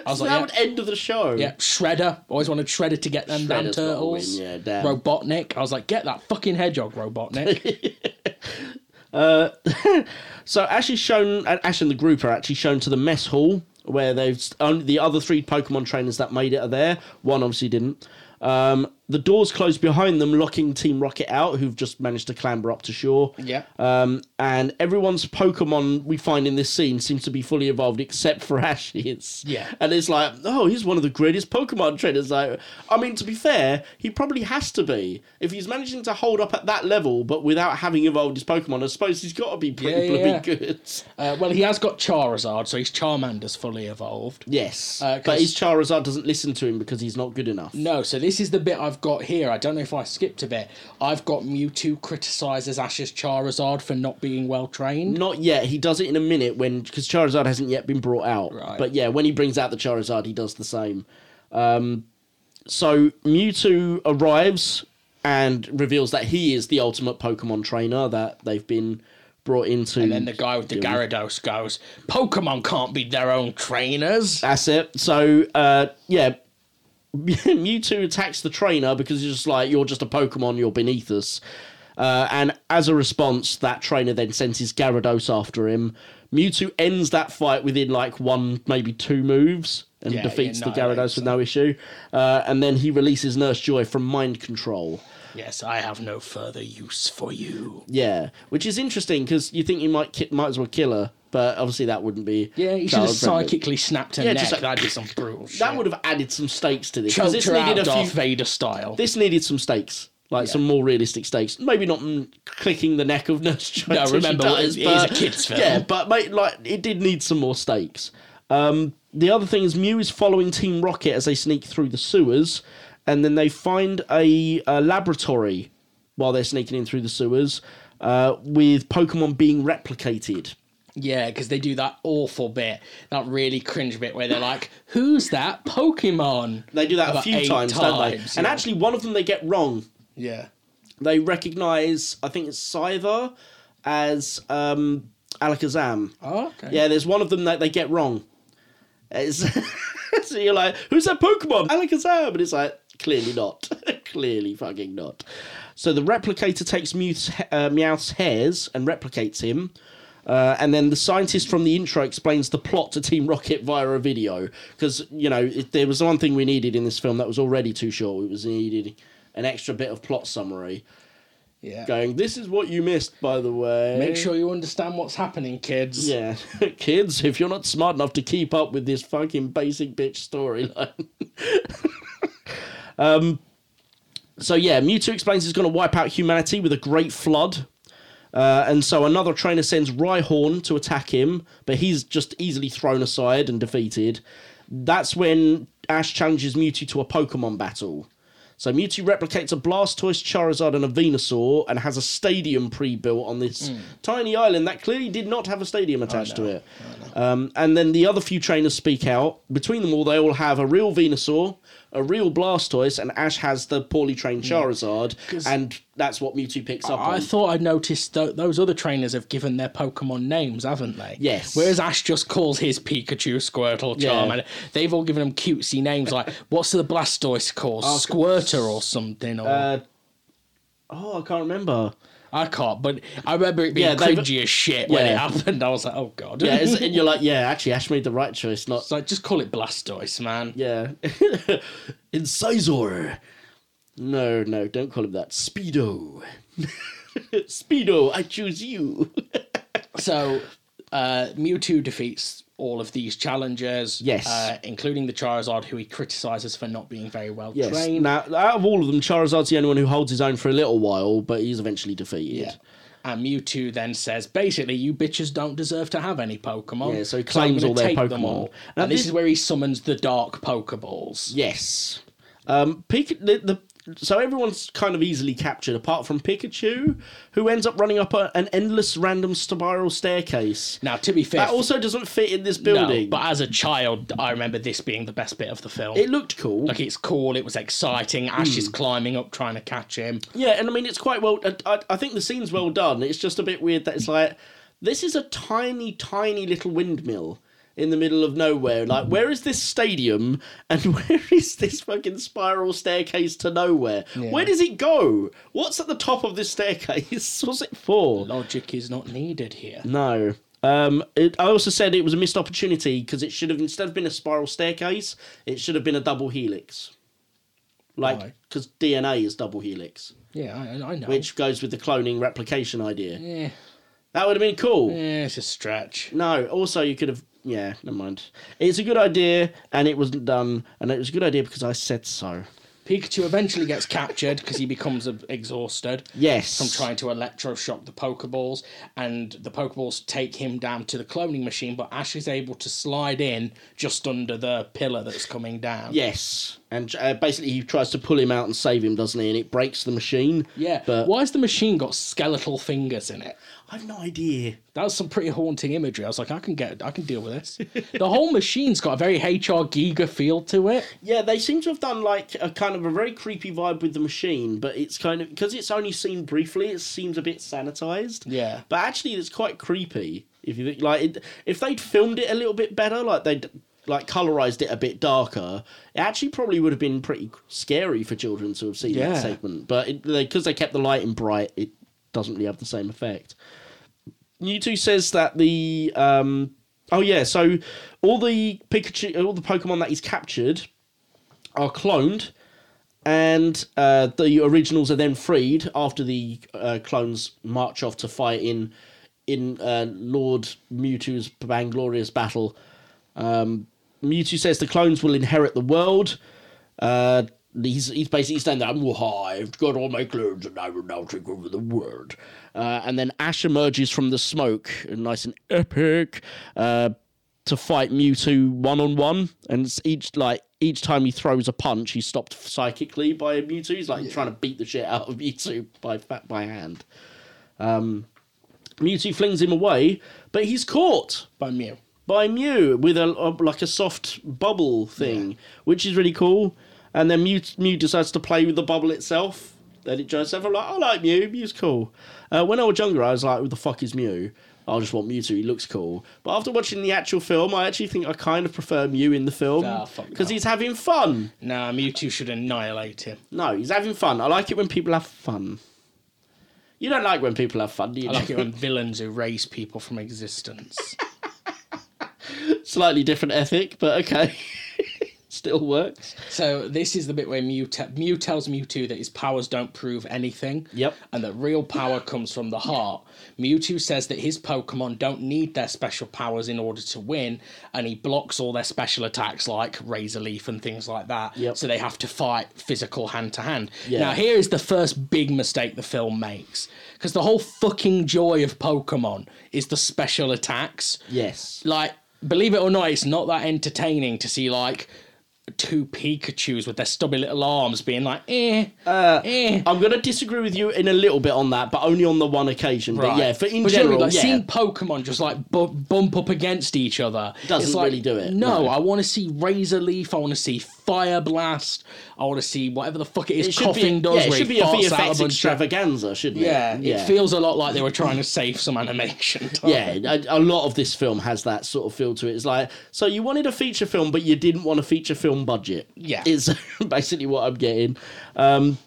Speaker 2: was
Speaker 3: So
Speaker 2: like,
Speaker 3: that
Speaker 2: yeah,
Speaker 3: would end of the show.
Speaker 2: yeah, Shredder. Always wanted Shredder to get them damn
Speaker 3: Shredder's gotta
Speaker 2: turtles.
Speaker 3: win, yeah, damn.
Speaker 2: Robotnik. I was like, get that fucking hedgehog, Robotnik.
Speaker 3: Uh, so Ash is shown, and Ash and the group are actually shown to the mess hall where they've only the other three Pokemon trainers that made it are there. One obviously didn't. Um, the doors close behind them, locking Team Rocket out, who've just managed to clamber up to shore.
Speaker 2: Yeah.
Speaker 3: Um, and everyone's Pokemon we find in this scene seems to be fully evolved except for Ash's.
Speaker 2: Yeah.
Speaker 3: And it's like, oh, he's one of the greatest Pokemon trainers. Like, I mean, to be fair, he probably has to be. If he's managing to hold up at that level, but without having evolved his Pokemon, I suppose he's got to be pretty
Speaker 2: Yeah, yeah,
Speaker 3: bloody
Speaker 2: yeah.
Speaker 3: good.
Speaker 2: Uh, well, he has got Charizard, so his Charmander's fully evolved.
Speaker 3: Yes.
Speaker 2: Uh, 'cause-
Speaker 3: but his Charizard doesn't listen to him because he's not good enough.
Speaker 2: No, so this is the bit I've got here. I don't know if I skipped a bit. I've got Mewtwo criticises Ash's Charizard for not being well trained.
Speaker 3: Not yet. He does it in a minute when because Charizard hasn't yet been brought out.
Speaker 2: Right.
Speaker 3: But yeah, when he brings out the Charizard, he does the same. Um, so Mewtwo arrives and reveals that he is the ultimate Pokemon trainer that they've been brought into.
Speaker 2: And then the guy with the Gyarados goes, Pokemon can't be their own trainers.
Speaker 3: That's it. So uh, yeah, Mewtwo attacks the trainer because he's just like you're just a Pokemon. You're beneath us. Uh, and as a response, that trainer then sends his Gyarados after him. Mewtwo ends that fight within like one, maybe two moves, and
Speaker 2: Yeah,
Speaker 3: defeates
Speaker 2: yeah,
Speaker 3: the
Speaker 2: no, I think
Speaker 3: Gyarados
Speaker 2: so.
Speaker 3: with no issue. Uh, and then he releases Nurse Joy from mind control.
Speaker 2: Yes, I have no further use for you.
Speaker 3: Yeah, which is interesting because you think you might ki- might as well kill her, but obviously that wouldn't be.
Speaker 2: Yeah, he should have
Speaker 3: child-friendly.
Speaker 2: psychically snapped her
Speaker 3: Yeah,
Speaker 2: neck.
Speaker 3: just like-
Speaker 2: That'd be some brutal shit.
Speaker 3: That would have added some stakes to this. 'cause
Speaker 2: choked
Speaker 3: this
Speaker 2: her out
Speaker 3: needed a few.
Speaker 2: Darth Vader style.
Speaker 3: this needed some stakes, like
Speaker 2: Yeah.
Speaker 3: some more realistic stakes. Maybe not mm, clicking the neck of Nurse Joy.
Speaker 2: No,
Speaker 3: till she
Speaker 2: remember,
Speaker 3: dies,
Speaker 2: it is a
Speaker 3: but-
Speaker 2: kid's film.
Speaker 3: Yeah, but mate, like it did need some more stakes. Um, the other thing is Mew is following Team Rocket as they sneak through the sewers, and then they find a, a laboratory while they're sneaking in through the sewers uh, with Pokemon being replicated.
Speaker 2: Yeah, because they do that awful bit, that really cringe bit where they're like, "Who's that Pokemon?"
Speaker 3: They do that a
Speaker 2: About
Speaker 3: few
Speaker 2: eight
Speaker 3: times, don't they?
Speaker 2: times,
Speaker 3: And
Speaker 2: yeah.
Speaker 3: actually, one of them they get wrong.
Speaker 2: Yeah,
Speaker 3: they recognize I think it's Scyther as um Alakazam.
Speaker 2: Oh, okay.
Speaker 3: Yeah, there's one of them that they get wrong. It's so you're like, who's that Pokemon? Alakazam, and it's like clearly not, clearly fucking not. So the replicator takes Mew's, he- uh, Meowth's hairs and replicates him. Uh, and then the scientist from the intro explains the plot to Team Rocket via a video because you know if there was one thing we needed in this film that was already too short. It was needed an extra bit of plot summary
Speaker 2: yeah.
Speaker 3: going, This is what you missed, by the way.
Speaker 2: Make sure you understand what's happening, kids.
Speaker 3: Yeah. Kids, if you're not smart enough to keep up with this fucking basic bitch storyline. um, so, yeah, Mewtwo explains he's going to wipe out humanity with a great flood. Uh, and so another trainer sends Rhyhorn to attack him, but he's just easily thrown aside and defeated. That's when Ash challenges Mewtwo to a Pokemon battle. So Mewtwo replicates a Blastoise, Charizard, and a Venusaur, and has a stadium pre-built on this tiny island that clearly did not have a stadium attached to it. Um, and then the other few trainers speak out. Between them all, they all have a real Venusaur, a real Blastoise, and Ash has the poorly trained Charizard, and that's what Mewtwo picks up
Speaker 2: I
Speaker 3: on.
Speaker 2: thought I noticed th- those other trainers have given their Pokemon names, haven't they?
Speaker 3: Yes.
Speaker 2: Whereas Ash just calls his Pikachu, Squirtle,
Speaker 3: Yeah.
Speaker 2: Charmander. They've all given him cutesy names like, what's the Blastoise called? Squirter or something? Or
Speaker 3: Oh, Uh, oh, I can't remember.
Speaker 2: I can't, but I remember it being
Speaker 3: Yeah, they've-
Speaker 2: cringy as shit when it
Speaker 3: Yeah.
Speaker 2: happened. I was like, oh god.
Speaker 3: Yeah, it's, and you're like, yeah, actually, Ash made the right choice, not
Speaker 2: It's like just call it Blastoise, man.
Speaker 3: yeah. Incisor. No, no, don't call him that. Speedo. Speedo, I choose you.
Speaker 2: So, uh, Mewtwo defeats all of these challengers.
Speaker 3: Yes.
Speaker 2: Uh, including the Charizard, who he criticizes for not being very well
Speaker 3: Yes.
Speaker 2: trained.
Speaker 3: Now, out of all of them, Charizard's the only one who holds his own for a little while, but he's eventually defeated.
Speaker 2: Yeah. And Mewtwo then says, basically, you bitches don't deserve to have any Pokemon.
Speaker 3: Yeah, so he
Speaker 2: I'm
Speaker 3: claims
Speaker 2: gonna
Speaker 3: all their
Speaker 2: take
Speaker 3: Pokemon.
Speaker 2: Them all.
Speaker 3: Now
Speaker 2: And this
Speaker 3: this-
Speaker 2: is where he summons the Dark Pokeballs.
Speaker 3: Yes. Um, Pika- the, the, so everyone's kind of easily captured, apart from Pikachu, who ends up running up a, an endless random spiral staircase.
Speaker 2: Now, to be fair,
Speaker 3: That also doesn't fit in this
Speaker 2: no,
Speaker 3: building.
Speaker 2: but as a child, I remember this being the best bit of the film.
Speaker 3: it Hmm. looked cool.
Speaker 2: like it's cool, it was exciting. Ash is climbing up trying to catch him.
Speaker 3: Yeah, and I mean it's quite well. I- I, I think the scene's well done. It's just a bit weird that it's like this is a tiny, tiny little windmill. in the middle of nowhere. Like, where is this stadium and where is this fucking spiral staircase to nowhere? Where does it go? What's at the top of this staircase? What's it for?
Speaker 2: Logic is not needed here.
Speaker 3: No. Um, it, I also said it was a missed opportunity because it should have instead of been a spiral staircase, it should have been a double helix.
Speaker 2: Why?
Speaker 3: Like, because DNA is double helix,
Speaker 2: Yeah, I, I know.
Speaker 3: which goes with the cloning replication idea.
Speaker 2: Eh,
Speaker 3: That would have been cool.
Speaker 2: eh, it's a stretch.
Speaker 3: No, also you could have. Yeah, never mind. It's a good idea, and it wasn't done, and it was a good idea because I said so.
Speaker 2: Pikachu eventually gets captured because he becomes a- exhausted.
Speaker 3: Yes.
Speaker 2: from trying to electroshock the Pokeballs, and the Pokeballs take him down to the cloning machine, but Ash is able to slide in just under the pillar that's coming down.
Speaker 3: Yes, and uh, basically he tries to pull him out and save him, doesn't he? And it breaks the machine.
Speaker 2: Yeah.
Speaker 3: but
Speaker 2: Why has the machine got skeletal fingers in it?
Speaker 3: I've no idea.
Speaker 2: That was some pretty haunting imagery. I was like, I can get, I can deal with this. the whole machine's got a very HR Giga feel to it.
Speaker 3: Yeah, they seem to have done like a kind of a very creepy vibe with the machine, but it's kind of because it's only seen briefly, it seems a bit sanitized.
Speaker 2: Yeah.
Speaker 3: but actually, it's quite creepy. If you think, like, it, if they'd filmed it a little bit better, like they'd like colorized it a bit darker, it actually probably would have been pretty scary for children to have seen
Speaker 2: Yeah.
Speaker 3: that segment. But because they, 'cause they kept the lighting bright, it doesn't really have the same effect. Mewtwo says that the um oh yeah, so all the Pikachu all the Pokemon that he's captured are cloned and uh, the originals are then freed after the uh, clones march off to fight in in uh, Lord Mewtwo's Banglorious battle. Um, Mewtwo says the clones will inherit the world. Uh, he's he's basically standing there. Well, hi, I've got all my clones, and I will now take over the world. Uh, and then Ash emerges from the smoke, nice and epic, uh, to fight Mewtwo one on one. And it's each like each time he throws a punch, he's stopped psychically by Mewtwo. He's like trying to beat the shit out of Mewtwo by fa- by hand. Um, Mewtwo flings him away, but he's caught
Speaker 2: By Mew.
Speaker 3: by Mew with a, a- like a soft bubble thing, which is really cool. And then Mew, Mew decides to play with the bubble itself. Then it joins itself. I'm like, I like Mew. Mew's cool. Uh, when I was younger, I was like, who the fuck is Mew? I just want Mewtwo. He looks cool. But after watching the actual film, I actually think I kind of prefer Mew in the film
Speaker 2: Ah, fuck
Speaker 3: because
Speaker 2: no.
Speaker 3: he's having fun.
Speaker 2: Nah, Mewtwo should annihilate him.
Speaker 3: No, he's having fun. I like it when people have fun. You don't like when people have fun, do you?
Speaker 2: I like it when villains erase people from existence.
Speaker 3: Slightly different ethic, but okay. Still works.
Speaker 2: So this is the bit where Mew, te- Mew tells Mewtwo that his powers don't prove anything.
Speaker 3: Yep.
Speaker 2: And that real power comes from the heart. Mewtwo says that his Pokemon don't need their special powers in order to win, and he blocks all their special attacks like Razor Leaf and things like that.
Speaker 3: Yep.
Speaker 2: So they have to fight physical hand to hand.
Speaker 3: Yeah.
Speaker 2: Now here is the first big mistake the film makes. Because the whole fucking joy of Pokemon is the special attacks
Speaker 3: Yes.
Speaker 2: like believe it or not it's not that entertaining to see like two pikachus with their stubby little arms being like eh eh
Speaker 3: I'm going to disagree with you in a little bit on that, but only on the one occasion. But yeah, for in
Speaker 2: But surely,
Speaker 3: general,
Speaker 2: like,
Speaker 3: yeah.
Speaker 2: seeing Pokemon just like bu- bump up against each other
Speaker 3: Doesn't
Speaker 2: it's like,
Speaker 3: really do it,
Speaker 2: No,
Speaker 3: no.
Speaker 2: I want to see Razor Leaf. I want to see Fire Blast. I want to see whatever the fuck it is coughing
Speaker 3: be,
Speaker 2: does.
Speaker 3: yeah, it
Speaker 2: where
Speaker 3: should
Speaker 2: he
Speaker 3: be a
Speaker 2: farts out a bunch
Speaker 3: VFX
Speaker 2: of-
Speaker 3: extravaganza, shouldn't
Speaker 2: Yeah,
Speaker 3: it?
Speaker 2: it feels a lot like they were trying to save some animation. time.
Speaker 3: Yeah, a, a lot of this film has that sort of feel to it. It's like, so you wanted a feature film, but you didn't want a feature film budget.
Speaker 2: Yeah.
Speaker 3: is basically what I'm getting. Um,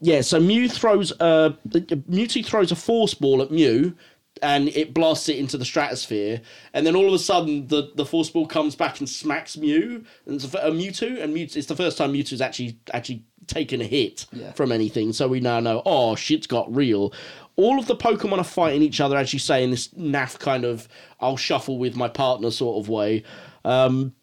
Speaker 3: yeah, so Mew throws a Mewtwo throws a force ball at Mew, and it blasts it into the stratosphere, and then all of a sudden the, the force ball comes back and smacks Mew and it's a, a Mewtwo, and Mewtwo, it's the first time Mewtwo's actually actually taken a hit
Speaker 2: Yeah.
Speaker 3: from anything, so we now know oh shit's got real. All of the Pokemon are fighting each other, as you say, in this naff kind of I'll shuffle with my partner sort of way. Um,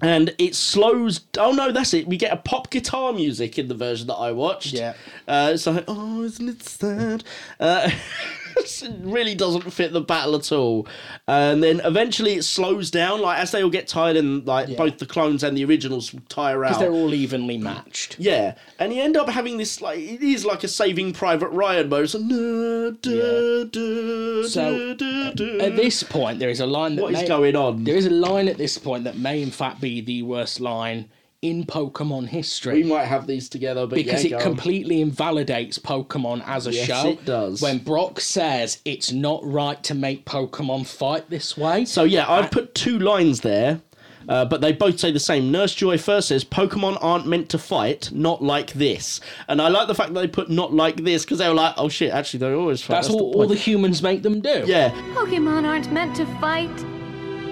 Speaker 3: and it slows. Oh no, that's it. We get a pop guitar music in the version that I watched.
Speaker 2: Yeah.
Speaker 3: Uh, it's like, oh, isn't it sad? Uh, it really doesn't fit the battle at all. And then eventually it slows down, like as they all get tired, and like both the clones and the originals tire out.
Speaker 2: they're all evenly matched.
Speaker 3: Yeah, and you end up having this like it is like a Saving Private Ryan mode. It's like, "Na, da,
Speaker 2: Yeah.
Speaker 3: da,
Speaker 2: So, uh,
Speaker 3: da, da,
Speaker 2: At this point, there is a line that
Speaker 3: what is
Speaker 2: may-
Speaker 3: going on?
Speaker 2: There is a line at this point that may, in fact, be the worst line in Pokemon history
Speaker 3: We might have these together, but
Speaker 2: because
Speaker 3: yeah, go
Speaker 2: it
Speaker 3: on.
Speaker 2: completely invalidates Pokemon as a
Speaker 3: Yes,
Speaker 2: show.
Speaker 3: it does.
Speaker 2: When Brock says it's not right to make Pokemon fight this way,
Speaker 3: So yeah, I've put two lines there, uh, but they both say the same. Nurse Joy first says Pokemon aren't meant to fight, not like this, and I like the fact that they put not like this because they were like, oh shit, actually they're always fight.
Speaker 2: that's, all, all the
Speaker 3: point.
Speaker 2: humans make them do.
Speaker 3: yeah,
Speaker 6: Pokemon aren't meant to fight.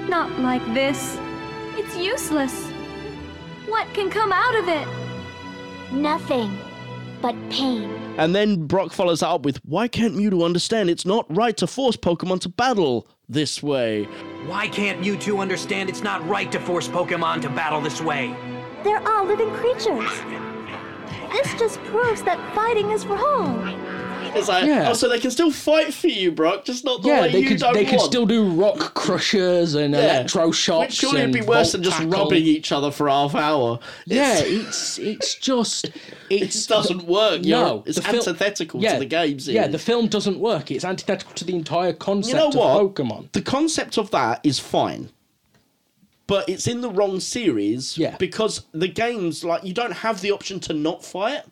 Speaker 6: Not like this. It's useless. What can come out of it?
Speaker 7: Nothing but pain.
Speaker 3: and then Brock follows that up with, why can't Mewtwo understand? It's not right to force Pokemon to battle this way.
Speaker 8: Why can't you two understand it's not right to force Pokemon to battle this way?
Speaker 7: They're all living creatures. This just proves that fighting is wrong.
Speaker 3: It's like,
Speaker 2: Yeah.
Speaker 3: oh, so they can still fight for you, Brock, just not the
Speaker 2: Yeah,
Speaker 3: way
Speaker 2: they
Speaker 3: you
Speaker 2: could
Speaker 3: don't
Speaker 2: they
Speaker 3: want.
Speaker 2: could still do rock crushers and
Speaker 3: Yeah.
Speaker 2: electro
Speaker 3: Which
Speaker 2: shocks.
Speaker 3: surely
Speaker 2: and
Speaker 3: it'd be worse
Speaker 2: Volt
Speaker 3: than just
Speaker 2: tackle.
Speaker 3: robbing each other for half hour.
Speaker 2: Yeah, it's it's just
Speaker 3: it
Speaker 2: it's
Speaker 3: just doesn't work. you
Speaker 2: no.
Speaker 3: know. it's
Speaker 2: the fil-
Speaker 3: antithetical
Speaker 2: yeah,
Speaker 3: to the games.
Speaker 2: Yeah, the film doesn't work. It's antithetical to the entire concept
Speaker 3: you know
Speaker 2: of
Speaker 3: what?
Speaker 2: Pokemon.
Speaker 3: The concept of that is fine, but it's in the wrong series.
Speaker 2: Yeah.
Speaker 3: because the games like you don't have the option to not fight,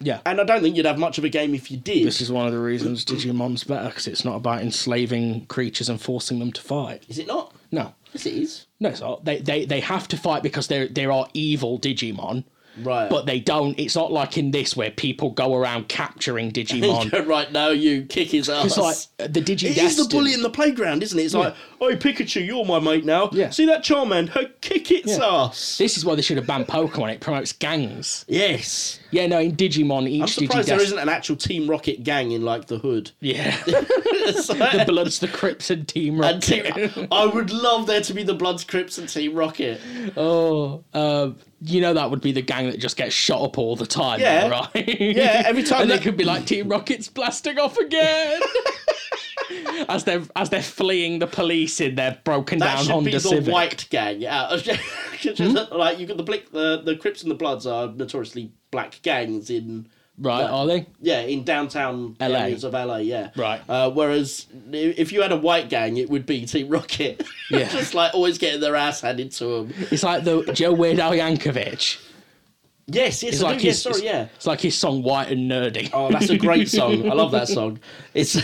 Speaker 2: Yeah.
Speaker 3: and I don't think you'd have much of a game if you did.
Speaker 2: This is one of the reasons Digimon's better because it's not about enslaving creatures and forcing them to fight.
Speaker 3: Is it not?
Speaker 2: No,
Speaker 3: Yes, it is.
Speaker 2: no, it's not. They they, they have to fight because there there are evil Digimon.
Speaker 3: Right.
Speaker 2: But they don't. It's not like in this where people go around capturing Digimon.
Speaker 3: right now, you kick his ass.
Speaker 2: It's like uh, the Digi.
Speaker 3: It is the bully in the playground, isn't it? It's like, oh Pikachu, you're my mate now.
Speaker 2: Yeah.
Speaker 3: See that Charmander? Her kick its
Speaker 2: Yeah.
Speaker 3: ass.
Speaker 2: This is why they should have banned Pokemon. It promotes gangs.
Speaker 3: Yes.
Speaker 2: Yeah, no. In Digimon,
Speaker 3: I'm
Speaker 2: each
Speaker 3: surprised there
Speaker 2: Digidest-
Speaker 3: isn't an actual Team Rocket gang in like the hood.
Speaker 2: Yeah,
Speaker 3: It's like-
Speaker 2: the Bloods, the Crips, and Team
Speaker 3: and
Speaker 2: Rocket.
Speaker 3: Team- I would love there to be the Bloods, Crips, and Team Rocket.
Speaker 2: Oh, uh, you know that would be the gang that just gets shot up all the time,
Speaker 3: Yeah.
Speaker 2: right?
Speaker 3: Yeah, every time
Speaker 2: and
Speaker 3: that-
Speaker 2: they could be like Team Rocket's blasting off again. as they're as they're fleeing the police in their broken
Speaker 3: That
Speaker 2: down
Speaker 3: should
Speaker 2: Honda
Speaker 3: be the
Speaker 2: Civic. Hmm?
Speaker 3: white gang. out of- Just Like you got the blick, the the Crips and the Bloods are notoriously black gangs in
Speaker 2: right,
Speaker 3: like,
Speaker 2: are they?
Speaker 3: Yeah, in downtown
Speaker 2: LA.
Speaker 3: areas of LA. Yeah,
Speaker 2: Right.
Speaker 3: Uh, whereas i- if you had a white gang, it would be Team Rocket.
Speaker 2: Yeah.
Speaker 3: just like always getting their ass handed to them.
Speaker 2: It's like the Joe Weird Al Yankovic.
Speaker 3: Yes, yes,
Speaker 2: It's
Speaker 3: I
Speaker 2: like
Speaker 3: do. Yes,
Speaker 2: his,
Speaker 3: sorry,
Speaker 2: it's-
Speaker 3: yeah.
Speaker 2: It's like his song White and Nerdy.
Speaker 3: Oh, that's a great song. I love that song. It's.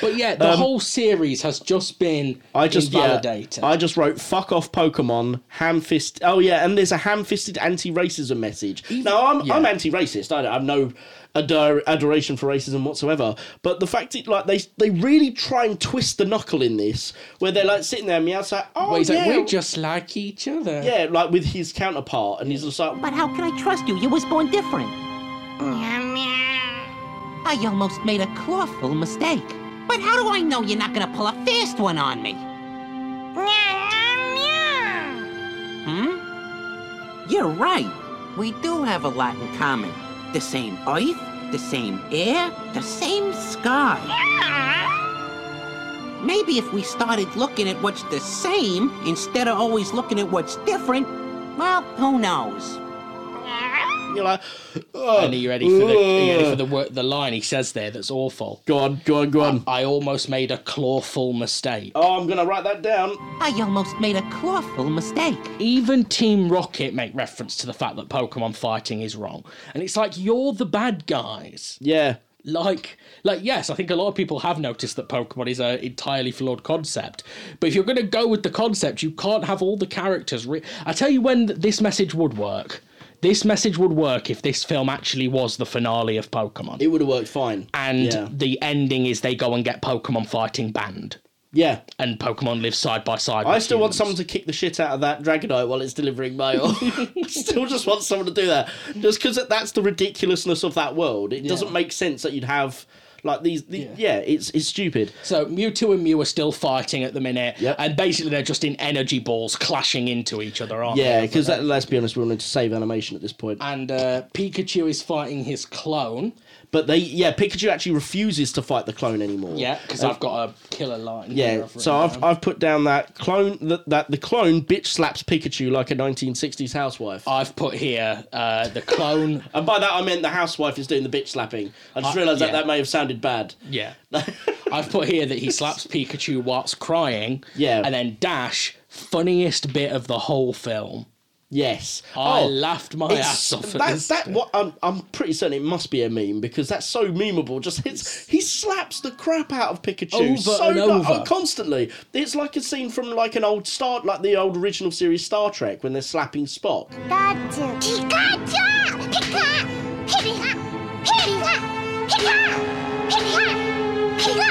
Speaker 2: But yeah, the whole series has just been
Speaker 3: Um, I just
Speaker 2: invalidated.
Speaker 3: Yeah, I just wrote fuck off Pokemon ham fist. Oh yeah, and there's a ham fisted anti racism message. Now I'm
Speaker 2: yeah.
Speaker 3: I'm anti racist. I don't, I've no ador- adoration for racism whatsoever. But the fact it like they they really try and twist the knuckle in this, where they're like sitting there and meow, it's like oh
Speaker 2: Where he's
Speaker 3: yeah,
Speaker 2: like, we're just like each other.
Speaker 3: yeah, like with his counterpart, and he's just like
Speaker 5: But how can I trust you? You was born different. I almost made a clawful mistake. But how do I know you're not gonna pull a fast one on me? Hmm? You're right. We do have a lot in common. The same earth, the same air, the same sky. Maybe if we started looking at what's the same instead of always looking at what's different, well, who knows?
Speaker 3: you're like oh,
Speaker 2: And are you ready for the are you ready for
Speaker 3: ugh."
Speaker 2: the wor- the line he says there that's awful?
Speaker 3: go on go on go on.
Speaker 2: I almost made a clawful mistake.
Speaker 3: Oh, I'm gonna write that down.
Speaker 5: I almost made a clawful mistake.
Speaker 2: Even Team Rocket make reference to the fact that Pokemon fighting is wrong. And it's like you're the bad guys.
Speaker 3: Yeah.
Speaker 2: Like like yes, I think a lot of people have noticed that Pokemon is an entirely flawed concept. But if you're going to go with the concept, you can't have all the characters re- I tell you when th- this message would work. This message would work if this film actually was the finale of Pokemon.
Speaker 3: It would have worked fine.
Speaker 2: and
Speaker 3: yeah.
Speaker 2: the ending is they go and get Pokemon fighting banned,
Speaker 3: yeah.
Speaker 2: and Pokemon live side by side.
Speaker 3: I
Speaker 2: with
Speaker 3: still want
Speaker 2: humans.
Speaker 3: someone to kick the shit out of that Dragonite while it's delivering mail. I still just want someone to do that. Just because that's the ridiculousness of that world. It doesn't make sense that you'd have like these. The, yeah. it's it's stupid.
Speaker 2: So Mewtwo and Mew are still fighting at the minute,
Speaker 3: Yep.
Speaker 2: and basically they're just in energy balls clashing into each other, aren't
Speaker 3: Yeah,
Speaker 2: they?
Speaker 3: because let's be honest, we wanted to save animation at this point.
Speaker 2: And uh, Pikachu is fighting his clone.
Speaker 3: But they, yeah, Pikachu actually refuses to fight the clone anymore.
Speaker 2: Yeah, because I've got a killer line. here
Speaker 3: Yeah,
Speaker 2: I've
Speaker 3: so
Speaker 2: written
Speaker 3: I've,
Speaker 2: down.
Speaker 3: I've put down that clone that, that the clone bitch slaps Pikachu like a 1960s housewife.
Speaker 2: I've put here uh, the clone.
Speaker 3: and by that I meant the housewife is doing the bitch slapping. I just
Speaker 2: I-
Speaker 3: realised that
Speaker 2: yeah.
Speaker 3: that may have sounded bad.
Speaker 2: yeah. I've put here that he slaps Pikachu whilst crying.
Speaker 3: Yeah.
Speaker 2: And then Dash, funniest bit of the whole film.
Speaker 3: Yes. Oh,
Speaker 2: I laughed my
Speaker 3: it's-
Speaker 2: ass off at
Speaker 3: That's
Speaker 2: this.
Speaker 3: that. What I'm, I'm pretty certain it must be a meme because that's so memeable. Just hits. He slaps the crap out of Pikachu
Speaker 2: Over
Speaker 3: so
Speaker 2: and
Speaker 3: mu-
Speaker 2: over.
Speaker 3: oh, constantly. It's like a scene from like an old Star, like the old original series Star Trek when they're slapping Spock.
Speaker 7: Pikachu. Pikachu! Pika! Pika! Pika! Pika! Pika! Pika!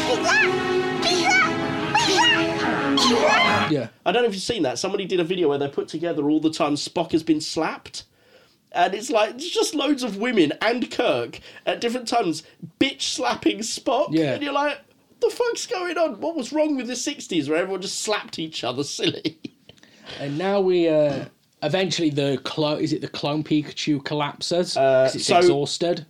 Speaker 7: Pika! Pika! Pika!
Speaker 2: Yeah.
Speaker 3: I don't know if you've seen that. Somebody did a video where they put together all the time Spock has been slapped. And it's like it's just loads of women and Kirk at different times bitch slapping Spock.
Speaker 2: Yeah.
Speaker 3: And you're like, what the fuck's going on? What was wrong with the 60s where everyone just slapped each other silly?
Speaker 2: And now we uh eventually the clo- is it the clone Pikachu collapses 'Cause it's
Speaker 3: so-
Speaker 2: exhausted.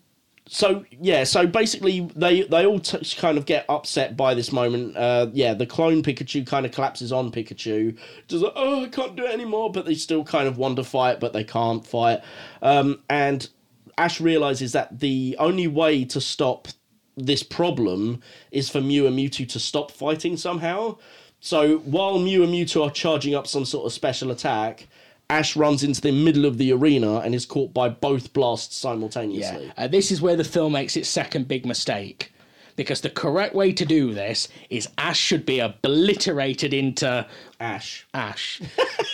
Speaker 3: so yeah, so basically they they all t- kind of get upset by this moment. Uh, yeah, the clone Pikachu kind of collapses on Pikachu, just like oh I can't do it anymore, but they still kind of want to fight, but they can't fight. Um, and Ash realizes that the only way to stop this problem is for Mew and Mewtwo to stop fighting somehow. So while Mew and Mewtwo are charging up some sort of special attack. Ash runs into the middle of the arena and is caught by both blasts
Speaker 2: Yeah.
Speaker 3: simultaneously.
Speaker 2: Uh, this is where the film makes its second big mistake. Because the correct way to do this is Ash should be obliterated into
Speaker 3: Ash.
Speaker 2: Ash.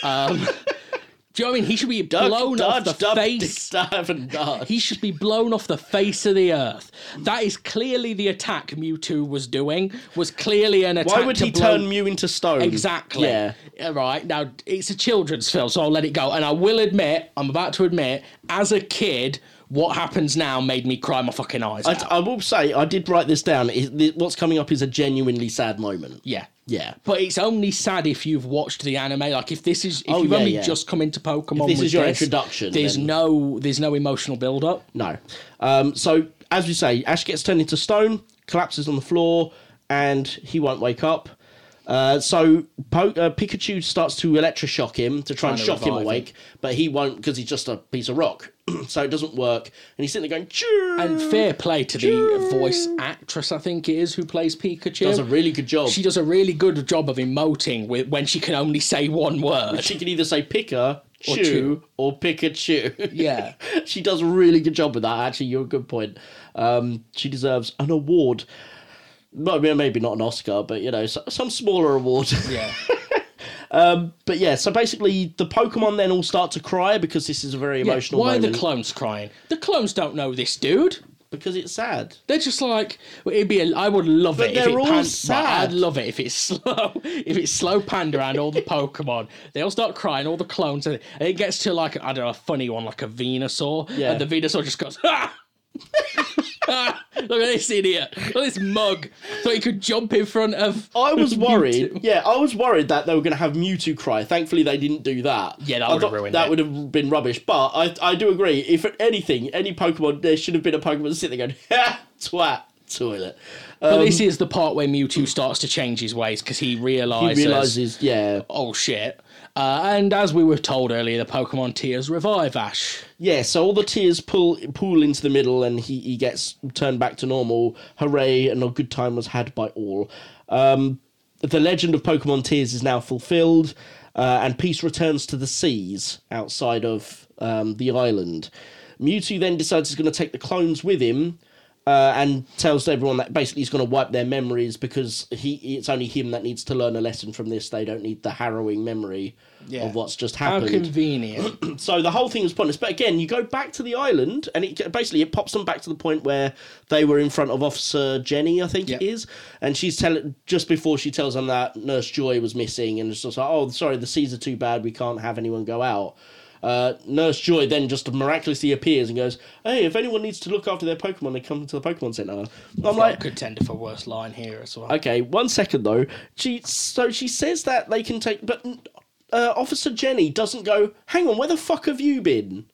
Speaker 2: um, do you know what I mean? He should be
Speaker 3: Duck,
Speaker 2: blown
Speaker 3: dodge,
Speaker 2: off the
Speaker 3: duck,
Speaker 2: face.
Speaker 3: dive, and dodge.
Speaker 2: He should be blown off the face of the earth. That is clearly the attack Mewtwo was doing. Was clearly an attack.
Speaker 3: Why would
Speaker 2: to
Speaker 3: he
Speaker 2: blow-
Speaker 3: turn Mew into stone?
Speaker 2: Exactly.
Speaker 3: Yeah.
Speaker 2: All right. Now it's a children's film, so I'll let it go. And I will admit, I'm about to admit, as a kid, what happens now made me cry my fucking eyes
Speaker 3: I,
Speaker 2: out.
Speaker 3: I will say, I did write this down. Is- th- What's coming up is a genuinely sad moment.
Speaker 2: yeah.
Speaker 3: Yeah.
Speaker 2: But it's only sad if you've watched the anime. Like if this is if
Speaker 3: Oh,
Speaker 2: you've
Speaker 3: yeah,
Speaker 2: only
Speaker 3: yeah.
Speaker 2: just come into Pokemon.
Speaker 3: this
Speaker 2: with
Speaker 3: is your introduction,
Speaker 2: There's
Speaker 3: then-
Speaker 2: no there's no emotional build up.
Speaker 3: No. Um, so, as we say, Ash gets turned into stone, collapses on the floor, and he won't wake up. Uh, so po- uh, Pikachu starts to electroshock him to try and
Speaker 2: to
Speaker 3: shock him
Speaker 2: revive him.
Speaker 3: awake, but he won't because he's just a piece of rock. so it doesn't work, and he's sitting there going, "Choo!"
Speaker 2: And fair play to the voice actress, I think it is, who plays Pikachu.
Speaker 3: does a really good job.
Speaker 2: she does a really good job of emoting with, when she can only say one word.
Speaker 3: She can either say Pika,
Speaker 2: Or
Speaker 3: Chew,
Speaker 2: Chew.
Speaker 3: or Pikachu.
Speaker 2: Yeah.
Speaker 3: she does a really good job with that, actually. You're a good point. Um, she deserves an award. Well, I mean, maybe not an Oscar, but, you know, so- some smaller award.
Speaker 2: Yeah.
Speaker 3: but yeah, so basically the Pokemon then all start to cry because this is a very
Speaker 2: Yeah,
Speaker 3: emotional
Speaker 2: Why are
Speaker 3: moment.
Speaker 2: the clones crying? The clones don't know this dude.
Speaker 3: because it's sad.
Speaker 2: They're just like well, it'd be. A, I would love
Speaker 3: But
Speaker 2: it. if
Speaker 3: they're
Speaker 2: it
Speaker 3: all
Speaker 2: pan-
Speaker 3: sad.
Speaker 2: Right, I'd love it if it's slow. If it's slow panda and all the Pokemon, they all start crying. All the clones, and it gets to like I don't know a funny one like a Venusaur,
Speaker 3: Yeah.
Speaker 2: and the Venusaur just goes. Ah! Ah, Look at this idiot! Look at this mug! Thought he could jump in front of.
Speaker 3: I was worried.
Speaker 2: Mewtwo.
Speaker 3: yeah, I was worried that they were going to have Mewtwo cry. Thankfully, they didn't do that.
Speaker 2: Yeah, that
Speaker 3: I
Speaker 2: would've
Speaker 3: thought
Speaker 2: ruined
Speaker 3: That
Speaker 2: it.
Speaker 3: would have been rubbish. But I, I do agree. If anything, any Pokemon, there should have been a Pokemon sitting there going, ha, twat, toilet.
Speaker 2: But this is the part where Mewtwo starts to change his ways because he
Speaker 3: Um, He
Speaker 2: realizes.
Speaker 3: realizes, yeah,
Speaker 2: oh shit. Uh, and as we were told earlier, the Pokemon tears revive Ash.
Speaker 3: yeah. So all the tears pull pool into the middle, and he he gets turned back to normal. Hooray! And a good time was had by all. Um, the legend of Pokemon Tears is now fulfilled, uh, and peace returns to the seas outside of um, the island. Mewtwo then decides he's going to take the clones with him. Uh, and tells everyone that basically he's going to wipe their memories because he it's only him that needs to learn a lesson from this. They don't need the harrowing memory of what's just
Speaker 2: How
Speaker 3: happened.
Speaker 2: convenient.
Speaker 3: So the whole thing was pointless. But again, you go back to the island, and it basically it pops them back to the point where they were in front of Officer Jenny, I think
Speaker 2: Yep.
Speaker 3: it is, and she's telling just before she tells them that Nurse Joy was missing, and it's just like, oh, sorry, the seas are too bad, we can't have anyone go out. Uh, Nurse Joy then just miraculously appears and goes, "Hey, if anyone needs to look after their Pokemon, they come to the Pokemon Center." I'm
Speaker 2: like
Speaker 3: like,
Speaker 2: contender for worst line here as well.
Speaker 3: Okay, one second though. She so she says that they can take, but uh, Officer Jenny doesn't go. Hang on, where the fuck have you been?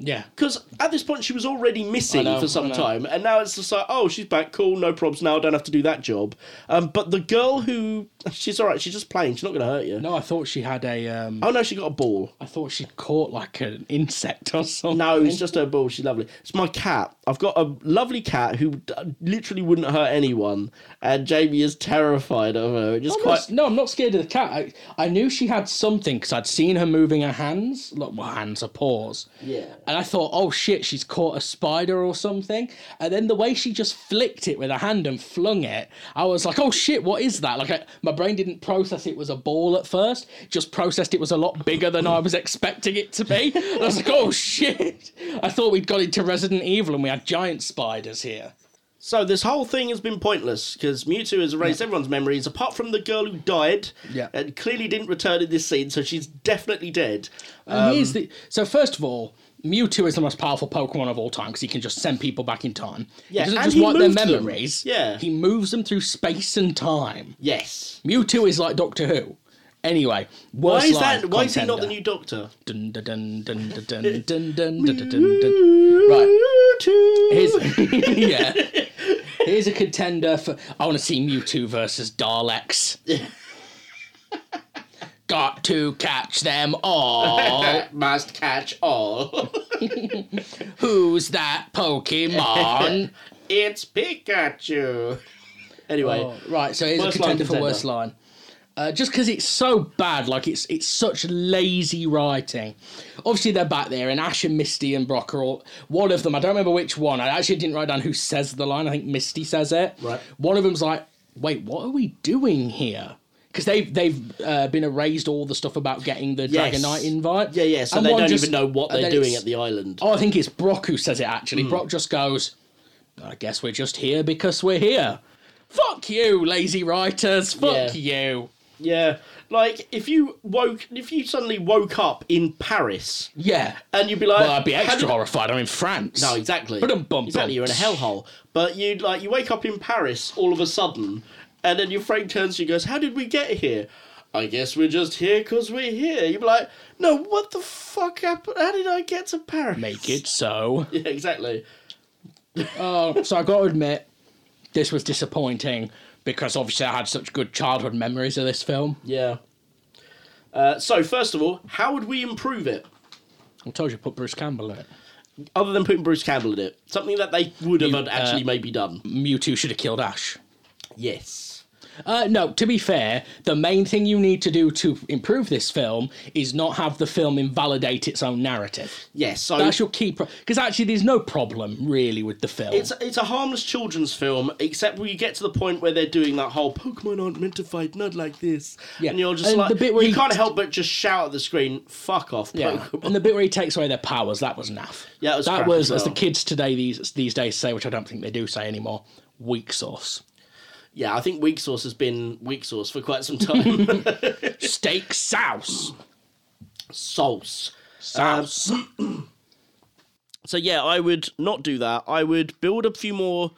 Speaker 2: Yeah.
Speaker 3: Because at this point, she was already missing
Speaker 2: I know,
Speaker 3: for
Speaker 2: I
Speaker 3: some
Speaker 2: know.
Speaker 3: time, and now it's just like, oh, she's back, cool, no probs now, don't have to do that job. Um, but the girl who, she's all right, she's just playing, she's not going to hurt you.
Speaker 2: No, I thought she had a. Um,
Speaker 3: Oh no, she got a ball.
Speaker 2: I thought she caught like an insect or something.
Speaker 3: No, it's just her ball. She's lovely. It's my cat. I've got a lovely cat who d- literally wouldn't hurt anyone, and Jamie is terrified of her. Just
Speaker 2: I'm not-
Speaker 3: quite.
Speaker 2: no, I'm not scared of the cat. I, I knew she had something because I'd seen her moving her hands, like well, hands, her paws.
Speaker 3: Yeah.
Speaker 2: And I thought, oh shit, she's caught a spider or something. And then the way she just flicked it with her hand and flung it, I was like, oh shit, what is that? Like, I, my brain didn't process it was a ball at first, just processed it was a lot bigger than I was expecting it to be. And I was like, oh shit. I thought we'd got into Resident Evil and we had giant spiders here.
Speaker 3: So this whole thing has been pointless because Mewtwo has erased everyone's memories apart from the girl who died,
Speaker 2: Yeah.
Speaker 3: and clearly didn't return in this scene, so she's definitely dead.
Speaker 2: And here's
Speaker 3: Um,
Speaker 2: the so first of all, Mewtwo is the most powerful Pokemon of all time because he can just send people back in time.
Speaker 3: Yeah,
Speaker 2: he doesn't
Speaker 3: and
Speaker 2: just
Speaker 3: he
Speaker 2: wipe their
Speaker 3: moves them.
Speaker 2: memories.
Speaker 3: Yeah.
Speaker 2: he moves them through space and time.
Speaker 3: Yes.
Speaker 2: Mewtwo is like Doctor Who. Anyway,
Speaker 3: Why
Speaker 2: worst
Speaker 3: is
Speaker 2: live
Speaker 3: that? Why is he not the
Speaker 2: contender.
Speaker 3: new Doctor?
Speaker 2: Dun, dun, dun, dun, dun, dun, dun, dun, dun, dun, dun. Right. Here's yeah. Here's a contender for. I want to see Mewtwo versus Daleks. Got to catch them all.
Speaker 3: Must catch all.
Speaker 2: Who's that Pokemon?
Speaker 3: it's Pikachu. Anyway.
Speaker 2: Oh, right, so here's
Speaker 3: Worst
Speaker 2: a
Speaker 3: line
Speaker 2: contender for
Speaker 3: contender.
Speaker 2: worst line. Uh, just because it's so bad, like it's it's such lazy writing. Obviously they're back there, and Ash and Misty and Brock are all one of them. I don't remember which one. I actually didn't write down who says the line. I think Misty says it.
Speaker 3: Right.
Speaker 2: One of them's like, "Wait, what are we doing here?" Because they've they've uh, been erased all the stuff about getting the
Speaker 3: Yes.
Speaker 2: Dragonite invite.
Speaker 3: Yeah, yeah. So
Speaker 2: And
Speaker 3: they
Speaker 2: one
Speaker 3: don't
Speaker 2: just-
Speaker 3: even know what
Speaker 2: and
Speaker 3: they're
Speaker 2: then
Speaker 3: doing
Speaker 2: it's-
Speaker 3: at the island.
Speaker 2: Oh, I think it's Brock who says it actually.
Speaker 3: Hmm.
Speaker 2: Brock just goes, I guess we're just here because we're here. Fuck you, lazy writers. Fuck you.
Speaker 3: Yeah, like if you woke, if you suddenly woke up in Paris,
Speaker 2: Yeah.
Speaker 3: and you'd be like,
Speaker 2: well, I'd be
Speaker 3: how
Speaker 2: extra
Speaker 3: did-
Speaker 2: horrified. I'm in France.
Speaker 3: No, exactly.
Speaker 2: Ba-dum-bum-bum.
Speaker 3: Exactly, you're in a hellhole. But you would like you wake up in Paris all of a sudden, and then your friend turns to you and goes, "How did we get here?" I guess we're just here because we're here. You'd be like, "No, what the fuck happened? How did I get to Paris?"
Speaker 2: Make it so.
Speaker 3: Yeah, exactly.
Speaker 2: so I got to admit, this was disappointing because obviously I had such good childhood memories of this film.
Speaker 3: Yeah. Uh, so first of all, how would we improve it?
Speaker 2: I told you, put Bruce Campbell in it.
Speaker 3: Other than putting Bruce Campbell in it, something that they would have
Speaker 2: You, uh,
Speaker 3: actually maybe done.
Speaker 2: Mewtwo should have killed Ash.
Speaker 3: Yes.
Speaker 2: Uh, no, to be fair, the main thing you need to do to improve this film is not have the film invalidate its own narrative.
Speaker 3: Yes, so
Speaker 2: That's your key pro Because actually, there's no problem really with the film.
Speaker 3: it's it's a harmless children's film, except when you get to the point where they're doing that whole Pokemon aren't meant to fight, not like this.
Speaker 2: Yeah,
Speaker 3: And you're just
Speaker 2: and
Speaker 3: like
Speaker 2: the bit where
Speaker 3: you
Speaker 2: he-
Speaker 3: can't help but just shout at the screen, fuck off,
Speaker 2: yeah.
Speaker 3: Pokemon.
Speaker 2: And the bit where he takes away their powers, that was naff.
Speaker 3: Yeah, that was crap
Speaker 2: was
Speaker 3: as
Speaker 2: as, the
Speaker 3: well.
Speaker 2: kids today these these days say, which I don't think they do say anymore. Weak sauce,
Speaker 3: Yeah, I think Weak Sauce has been Weak Sauce for quite some time.
Speaker 2: steak sauce,
Speaker 3: Sauce. Um,
Speaker 2: sauce.
Speaker 3: So yeah, I would not do that. I would build a few more.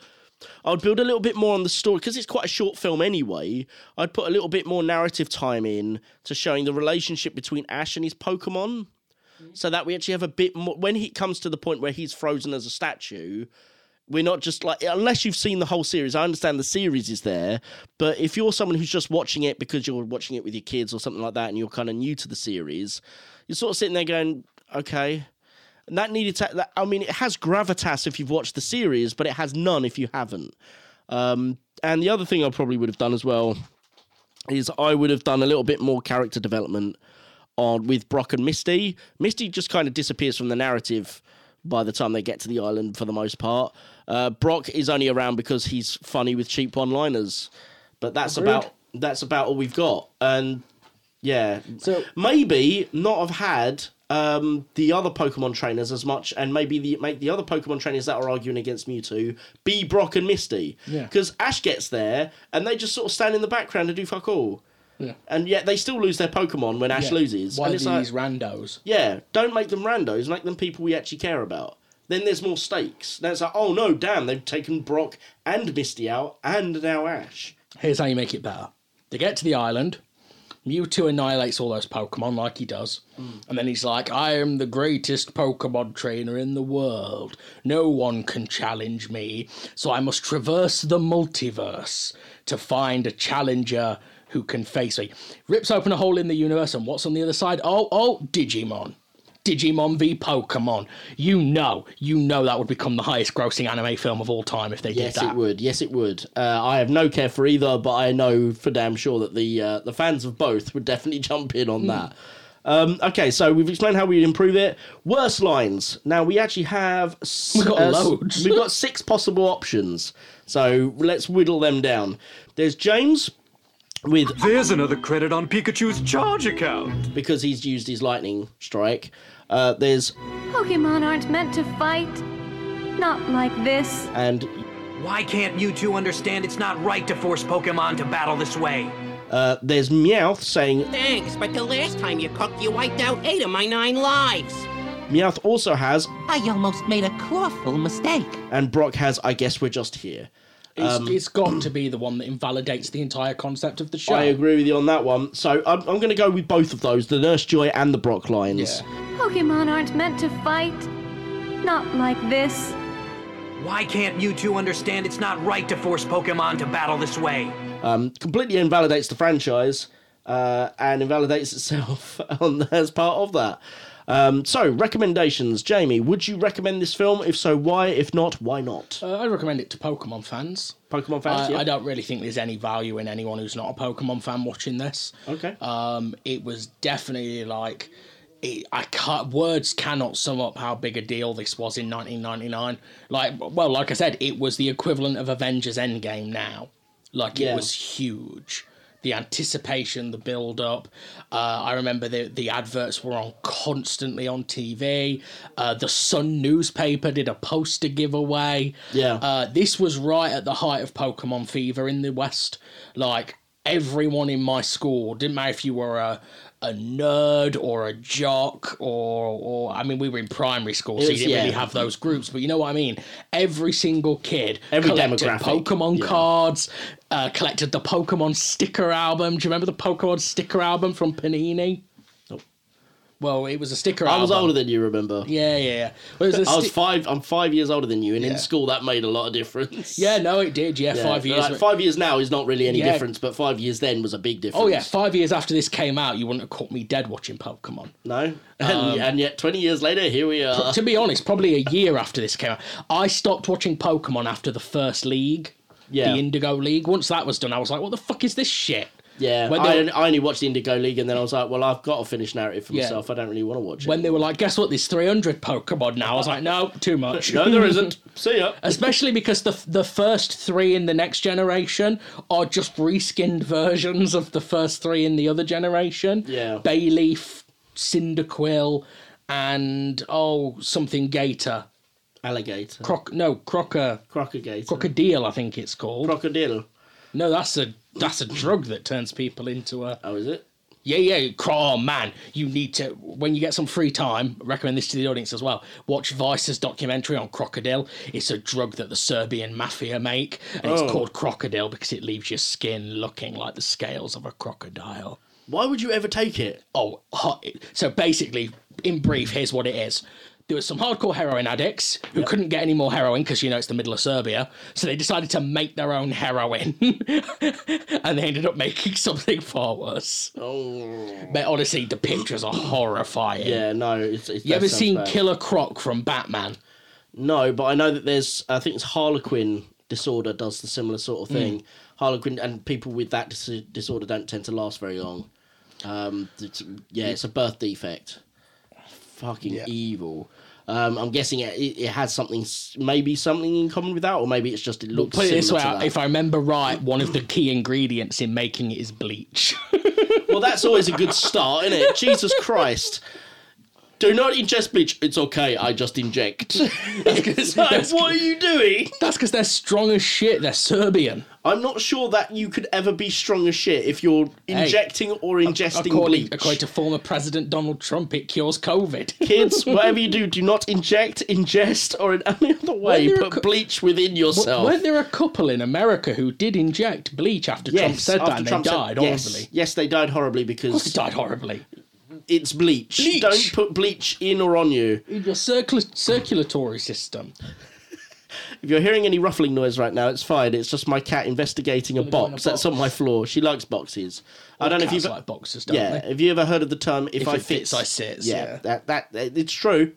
Speaker 3: I would build a little bit more on the story because it's quite a short film anyway. I'd put a little bit more narrative time in to showing the relationship between Ash and his Pokemon, so that we actually have a bit more. When he comes to the point where he's frozen as a statue, we're not just like unless you've seen the whole series. I understand the series is there, but if you're someone who's just watching it because you're watching it with your kids or something like that, and you're kind of new to the series, you're sort of sitting there going, "Okay." And that needed to. That, I mean, it has gravitas if you've watched the series, but it has none if you haven't. Um, and the other thing I probably would have done as well is I would have done a little bit more character development on with Brock and Misty. Misty just kind of disappears from the narrative by the time they get to the island for the most part. Uh, Brock is only around because he's funny with cheap one-liners, but that's about that's about all we've got. And yeah,
Speaker 2: So-
Speaker 3: maybe not have had um, the other Pokemon trainers as much, and maybe the, make the other Pokemon trainers that are arguing against Mewtwo be Brock and Misty.
Speaker 2: Yeah.
Speaker 3: Because Ash gets there, and they just sort of stand in the background and do fuck all.
Speaker 2: Yeah.
Speaker 3: And yet they still lose their Pokemon when Ash
Speaker 2: Yeah.
Speaker 3: loses.
Speaker 2: Why
Speaker 3: and
Speaker 2: these
Speaker 3: it's like,
Speaker 2: randos?
Speaker 3: yeah, don't make them randos, make them people we actually care about. Then there's more stakes. That's like, oh no, damn, they've taken Brock and Misty out, and now Ash.
Speaker 2: Here's how you make it better. They get to the island. Mewtwo annihilates all those Pokemon like he does. And then he's like, I am the greatest Pokemon trainer in the world. No one can challenge me. So I must traverse the multiverse to find a challenger who can face me. Rips open a hole in the universe, and what's on the other side? Oh, oh, Digimon. Digimon v Pokemon. You know, you know that would become the highest grossing anime film of all time if they
Speaker 3: Yes,
Speaker 2: did that.
Speaker 3: it would. Yes, it would. Uh, I have no care for either, but I know for damn sure that the uh, the fans of both would definitely jump in
Speaker 2: Hmm.
Speaker 3: on that. Um, okay, so we've explained how we improve it. Worst lines. Now we actually have s-
Speaker 2: We've got
Speaker 3: uh, s-
Speaker 2: loads.
Speaker 3: we've got six possible options. So let's whittle them down. There's James with
Speaker 4: There's another credit on Pikachu's charge account.
Speaker 3: because he's used his lightning strike. Uh, there's
Speaker 6: Pokemon aren't meant to fight. Not like this.
Speaker 3: and
Speaker 8: Why can't you two understand it's not right to force Pokemon to battle this way?
Speaker 3: uh, there's Meowth saying
Speaker 5: Thanks, but the last time you cooked, you wiped out eight of my nine lives.
Speaker 3: Meowth also has
Speaker 5: I almost made a clawful mistake.
Speaker 3: and Brock has. I guess we're just here.
Speaker 2: It's,
Speaker 3: Um,
Speaker 2: it's got to be the one that invalidates the entire concept of the show.
Speaker 3: I agree with you on that one. So I'm, I'm going to go with both of those, the Nurse Joy and the Brock lines.
Speaker 6: Pokemon aren't meant to fight. Not like this.
Speaker 8: Why can't you two understand it's not right to force Pokemon to battle this way?
Speaker 3: Um, completely invalidates the franchise uh, and invalidates itself on as part of that. Um, so recommendations, Jamie. Would you recommend this film? If so, why? If not, why not?
Speaker 2: Uh, I recommend it to Pokemon fans.
Speaker 3: Pokemon fans.
Speaker 2: I,
Speaker 3: yeah?
Speaker 2: I don't really think there's any value in anyone who's not a Pokemon fan watching this.
Speaker 3: Okay.
Speaker 2: Um, it was definitely like, it, I can't. Words cannot sum up how big a deal this was in 1999. Like, well, like I said, it was the equivalent of Avengers Endgame now. Like,
Speaker 3: Yeah.
Speaker 2: it was huge. The anticipation, the build up. Uh, I remember the the adverts were on constantly on TV. Uh, the Sun newspaper did a poster giveaway.
Speaker 3: Yeah.
Speaker 2: Uh, this was right at the height of Pokemon fever in the West. Like everyone in my school, didn't matter if you were a a nerd or a jock or or I mean we were in primary school, so
Speaker 3: was-
Speaker 2: you didn't really
Speaker 3: yeah.
Speaker 2: have those groups, but you know what I mean. Every single kid
Speaker 3: Every
Speaker 2: collected
Speaker 3: demographic,
Speaker 2: Pokemon
Speaker 3: yeah.
Speaker 2: cards, uh, collected the Pokemon sticker album. Do you remember the Pokemon sticker album from Panini? Well, it was a sticker
Speaker 3: I
Speaker 2: album.
Speaker 3: was older than you. Remember?
Speaker 2: Yeah, yeah, yeah. Well, it was a
Speaker 3: I was
Speaker 2: sti-
Speaker 3: five. I'm five years older than you, and in
Speaker 2: Yeah.
Speaker 3: school that made a lot of difference.
Speaker 2: yeah, no, it did. Yeah,
Speaker 3: Yeah,
Speaker 2: five years.
Speaker 3: like, five years now is not really any
Speaker 2: Yeah.
Speaker 3: difference, but five years then was a big difference.
Speaker 2: Oh yeah, five years after this came out, you wouldn't have caught me dead watching Pokemon.
Speaker 3: No, and,
Speaker 2: Um,
Speaker 3: and yet twenty years later, here we are.
Speaker 2: to be honest, probably a year after this came out, I stopped watching Pokemon after the first league,
Speaker 3: Yeah.
Speaker 2: the Indigo League. Once that was done, I was like, "What the fuck is this shit?"
Speaker 3: Yeah,
Speaker 2: When
Speaker 3: I,
Speaker 2: they,
Speaker 3: only- I only watched the Indigo League, and then I was like, well, I've got to finish narrative for
Speaker 2: Yeah.
Speaker 3: myself. I don't really want to watch it.
Speaker 2: when they were like, "Guess what? There's 300 Pokemon now." I was like, "No, too much."
Speaker 3: no, there isn't. See ya.
Speaker 2: Especially because the the first three in the next generation are just reskinned versions of the first three in the other generation.
Speaker 3: Yeah.
Speaker 2: Bayleaf, Cyndaquil, and oh something Gator.
Speaker 3: Alligator,
Speaker 2: Croc no Crocker
Speaker 3: crocodile,
Speaker 2: Crocodile I think it's called.
Speaker 3: crocodile.
Speaker 2: no, that's a that's a drug that turns people into a
Speaker 3: Oh, is it?
Speaker 2: yeah yeah. Cro- Oh man, you need to when you get some free time. Recommend this to the audience as well. Watch Vice's documentary on crocodile. It's a drug that the Serbian mafia make, and
Speaker 3: Oh.
Speaker 2: it's called crocodile because it leaves your skin looking like the scales of a crocodile.
Speaker 3: Why would you ever take it?
Speaker 2: Oh, hot. so basically, in brief, here's what it is. There was some hardcore heroin addicts who couldn't get any more heroin because you know it's the middle of Serbia, so they decided to make their own heroin, and they ended up making something far worse.
Speaker 3: Oh,
Speaker 2: But honestly, the pictures are horrifying.
Speaker 3: yeah, no. It's, it's
Speaker 2: You
Speaker 3: that
Speaker 2: ever
Speaker 3: sounds
Speaker 2: seen
Speaker 3: bad.
Speaker 2: Killer Croc from Batman?
Speaker 3: No, but I know that there's. I think it's Harlequin disorder does the similar sort of
Speaker 2: Mm.
Speaker 3: thing. Harlequin and people with that dis- disorder don't tend to last very long. Um, it's- yeah, it's a birth defect. Fucking evil. Um, I'm guessing it, it it has something, s- maybe something in common with that, or maybe it's just it looks.
Speaker 2: Put it this way:
Speaker 3: similar to that.
Speaker 2: if I remember right, one of the key ingredients in making it is bleach.
Speaker 3: Well, that's always a good start, isn't it? Jesus Christ. Do not ingest bleach. It's okay. I just inject. It's like, what are you doing?
Speaker 2: That's because they're strong as shit. They're Serbian.
Speaker 3: I'm not sure that you could ever be strong as shit if you're injecting or ingesting
Speaker 2: According,
Speaker 3: bleach.
Speaker 2: according to former President Donald Trump, it cures COVID.
Speaker 3: Kids, whatever you do, do not inject, ingest, or in any other way
Speaker 2: there a
Speaker 3: put
Speaker 2: co-
Speaker 3: bleach within yourself.
Speaker 2: Weren't there a couple in America who did inject bleach after Trump said that
Speaker 3: after
Speaker 2: and
Speaker 3: Trump
Speaker 2: they
Speaker 3: said-
Speaker 2: died
Speaker 3: yes,
Speaker 2: horribly?
Speaker 3: Yes, they died horribly
Speaker 2: Of course,
Speaker 3: because
Speaker 2: they died horribly.
Speaker 3: it's bleach.
Speaker 2: Bleach.
Speaker 3: Don't put bleach in or on you.
Speaker 2: In your circul- circulatory system.
Speaker 3: If you're hearing any ruffling noise right now, it's fine. It's just my cat investigating a
Speaker 2: go in
Speaker 3: box,
Speaker 2: a
Speaker 3: that's
Speaker 2: box.
Speaker 3: on my floor. She likes boxes. I don't know if
Speaker 2: Cats
Speaker 3: you've
Speaker 2: like boxes, don't
Speaker 3: yeah.
Speaker 2: they?
Speaker 3: Have you ever heard of the term "if,
Speaker 2: If
Speaker 3: I
Speaker 2: it
Speaker 3: fits,
Speaker 2: fits, I sits, yeah.
Speaker 3: that that it's true.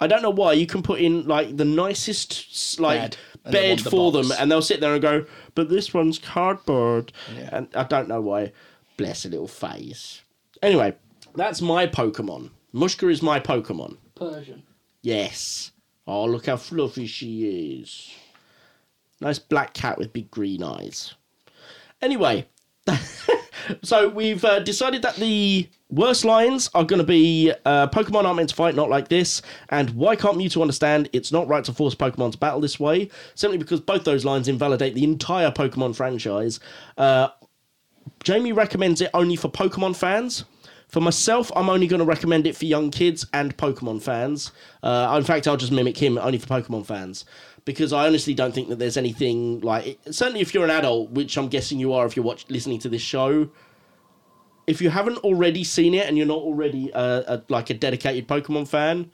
Speaker 3: I don't know why you can put in like the nicest s- like bed,
Speaker 2: Bed, and they want the
Speaker 3: for
Speaker 2: box.
Speaker 3: them, and they'll sit there and go, "But this one's cardboard,"
Speaker 2: Yeah.
Speaker 3: and I don't know why. Bless her little face. Anyway, that's my Pokemon. Mushka is my Pokemon.
Speaker 2: Persian.
Speaker 3: Yes. Oh, look how fluffy she is. Nice black cat with big green eyes. Anyway, so we've uh, decided that the worst lines are going to be uh, Pokemon aren't meant to fight, not like this, and why can't Mewtwo understand it's not right to force Pokemon to battle this way, simply because both those lines invalidate the entire Pokemon franchise. Uh, Jamie recommends it only for Pokemon fans. For myself, I'm only going to recommend it for young kids and Pokemon fans. Uh, in fact, I'll just mimic him only for Pokemon fans because I honestly don't think that there's anything like. Certainly, if you're an adult, which I'm guessing you are, if you're watch, listening to this show, if you haven't already seen it and you're not already uh, a, like a dedicated Pokemon fan,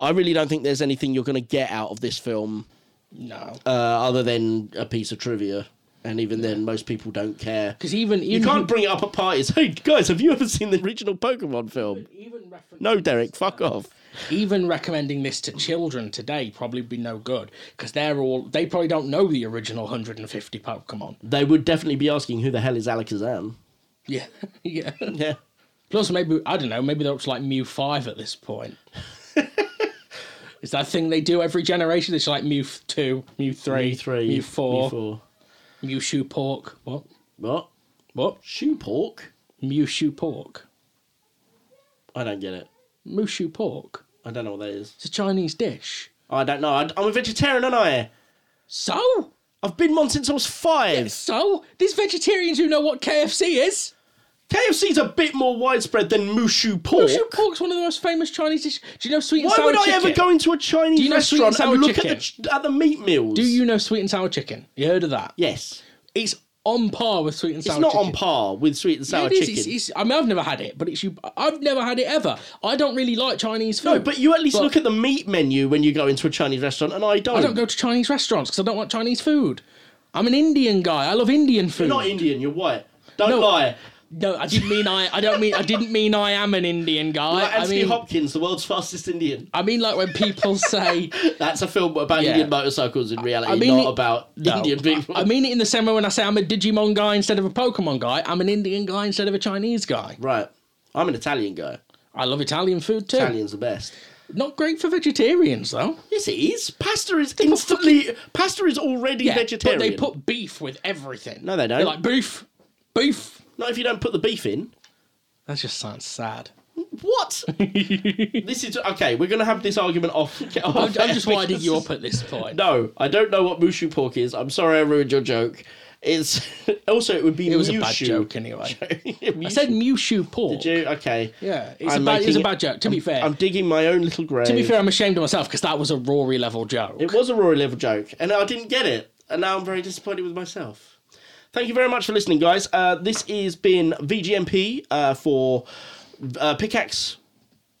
Speaker 3: I really don't think there's anything you're going to get out of this film
Speaker 2: No.
Speaker 3: uh, other than a piece of trivia. And even then, most people don't care.
Speaker 2: Because even,
Speaker 3: You
Speaker 2: even
Speaker 3: can't bring it up at parties. Hey guys, have you ever seen the original Pokemon film?
Speaker 2: even reference-
Speaker 3: No, Derek, fuck off.
Speaker 2: even recommending this to children today probably be no good because they're all they probably don't know the original 150 Pokemon.
Speaker 3: They would definitely be asking who the hell is Alakazam.
Speaker 2: Yeah, yeah.
Speaker 3: Yeah.
Speaker 2: Plus, maybe I don't know. Maybe they're up to like Mew five at this point. Is that a thing they do every generation? It's like Mew f- two, Mew three,
Speaker 3: Mew three,
Speaker 2: Mew four,
Speaker 3: Mew four.
Speaker 2: Mew shoe pork. What?
Speaker 3: What?
Speaker 2: What?
Speaker 3: Shoe pork?
Speaker 2: Mew shoe pork.
Speaker 3: I don't get it.
Speaker 2: Mew shoe pork.
Speaker 3: I don't know what that is.
Speaker 2: It's a Chinese dish.
Speaker 3: I don't know. I, I'm a vegetarian, aren't I?
Speaker 2: So,
Speaker 3: I've been one since I was five.
Speaker 2: so these vegetarians who know what KFC is.
Speaker 3: KFC's a bit more widespread than Mushu pork.
Speaker 2: Mushu pork's one of the most famous Chinese dishes. Do you know sweet and
Speaker 3: Why
Speaker 2: sour
Speaker 3: would
Speaker 2: chicken?
Speaker 3: I ever go into a Chinese
Speaker 2: Do you know sweet and
Speaker 3: restaurant and,
Speaker 2: sour
Speaker 3: look at the,
Speaker 2: chicken?
Speaker 3: ch- at the meat meals?
Speaker 2: Do you know sweet and sour chicken? You heard of that?
Speaker 3: Yes.
Speaker 2: It's on par with sweet and
Speaker 3: It's
Speaker 2: sour
Speaker 3: not
Speaker 2: chicken.
Speaker 3: on par with sweet and sour
Speaker 2: it is.
Speaker 3: chicken.
Speaker 2: It's, it's, I mean, I've never had it, but it's you. I've never had it ever. I don't really like Chinese food.
Speaker 3: No, but you at least look at the meat menu when you go into a Chinese restaurant, and I don't.
Speaker 2: I don't go to Chinese restaurants because I don't want Chinese food. I'm an Indian guy. I love Indian food.
Speaker 3: You're not Indian. You're white. Don't
Speaker 2: No.
Speaker 3: lie.
Speaker 2: No, I didn't mean I. I don't mean. I didn't mean I am an Indian guy.
Speaker 3: Like
Speaker 2: I
Speaker 3: Anthony
Speaker 2: mean.
Speaker 3: Hopkins, the world's fastest Indian.
Speaker 2: I mean, like when people say.
Speaker 3: That's a film about
Speaker 2: Yeah.
Speaker 3: Indian motorcycles in reality,
Speaker 2: I mean
Speaker 3: not
Speaker 2: it-
Speaker 3: about
Speaker 2: No,
Speaker 3: Indian people.
Speaker 2: I, I mean it in the same way when I say I'm a Digimon guy instead of a Pokemon guy. I'm an Indian guy instead of a Chinese guy.
Speaker 3: right. I'm an Italian guy.
Speaker 2: I love Italian food too.
Speaker 3: Italian's the best.
Speaker 2: Not great for vegetarians though.
Speaker 3: Yes, it is. Pasta is instantly. Pasta is already vegetarian.
Speaker 2: But they put beef with everything.
Speaker 3: No, they don't.
Speaker 2: They're like beef, beef.
Speaker 3: Not if you don't put the beef in.
Speaker 2: That just sounds sad.
Speaker 3: What? this is okay. We're gonna have this argument off. off
Speaker 2: I'm, I'm
Speaker 3: air
Speaker 2: just winding you
Speaker 3: because-
Speaker 2: up at this point.
Speaker 3: No, I don't know what Mushu pork is. I'm sorry I ruined your joke. It's also it would be
Speaker 2: it was
Speaker 3: Mushu.
Speaker 2: a bad joke anyway.
Speaker 3: Mushu.
Speaker 2: I said Mushu pork.
Speaker 3: Did you? Okay.
Speaker 2: Yeah, it's
Speaker 3: I'm
Speaker 2: a bad, it's
Speaker 3: making
Speaker 2: a bad joke. To be fair,
Speaker 3: I'm digging my own little grave.
Speaker 2: to be fair, I'm ashamed of myself because that was a Rory level joke.
Speaker 3: it was a Rory level joke, and I didn't get it, and now I'm very disappointed with myself. Thank you very much for listening, guys. Uh, this has been VGMP uh, for uh, Pickaxe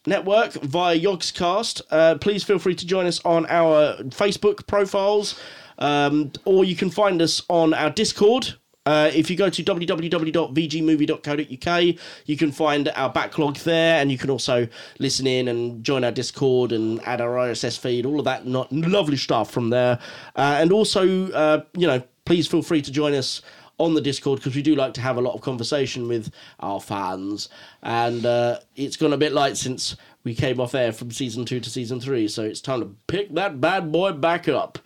Speaker 3: network via Yogscast. Uh, please feel free to join us on our Facebook profiles, um, or you can find us on our Discord. Uh, if you go to www.vgmovie.co.uk, you can find our backlog there, and you can also listen in and join our Discord and add our RSS feed, all of that not lovely stuff from there. Uh, and also, uh, you know, please feel free to join us on the Discord because we do like to have a lot of conversation with our fans. And uh, it's gone a bit light since we came off air from season two to season three. So it's time to pick that bad boy back up.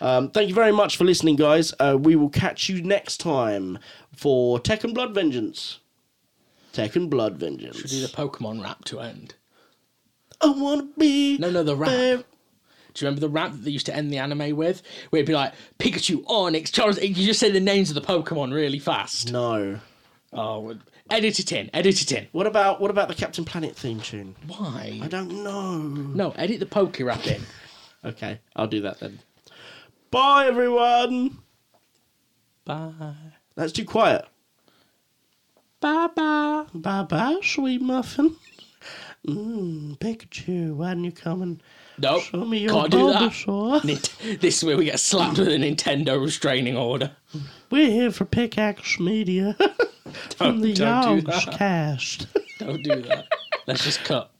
Speaker 3: Um, thank you very much for listening, guys. Uh, we will catch you next time for Tech and Blood Vengeance. Tech and Blood
Speaker 2: Should we do
Speaker 3: Vengeance.
Speaker 2: the Pokemon rap to end.
Speaker 3: I want to be.
Speaker 2: No, no, the rap.
Speaker 3: fair-
Speaker 2: Do you remember the rap that they used to end the anime with? Where it'd be like Pikachu, Onyx, Charizard. You just say the names of the Pokemon really fast.
Speaker 3: No.
Speaker 2: Oh, well, edit it in. Edit it in.
Speaker 3: What about what about the Captain Planet theme tune?
Speaker 2: Why?
Speaker 3: I don't know.
Speaker 2: No, edit the Poke rap in.
Speaker 3: Okay, I'll do that then. Bye everyone.
Speaker 2: Bye.
Speaker 3: That's too quiet.
Speaker 2: Bye bye.
Speaker 3: Bye bye, sweet muffin. Mmm, Pikachu, why didn't you come and
Speaker 2: Nope.
Speaker 3: show me your
Speaker 2: Oh, Can't do that.
Speaker 3: Bulbasaur?
Speaker 2: Nint- this is where we get slapped with a Nintendo restraining order.
Speaker 3: We're here for Pickaxe Media from the
Speaker 2: don't do
Speaker 3: Yogs
Speaker 2: that.
Speaker 3: Cast.
Speaker 2: Don't do that. Let's just cut.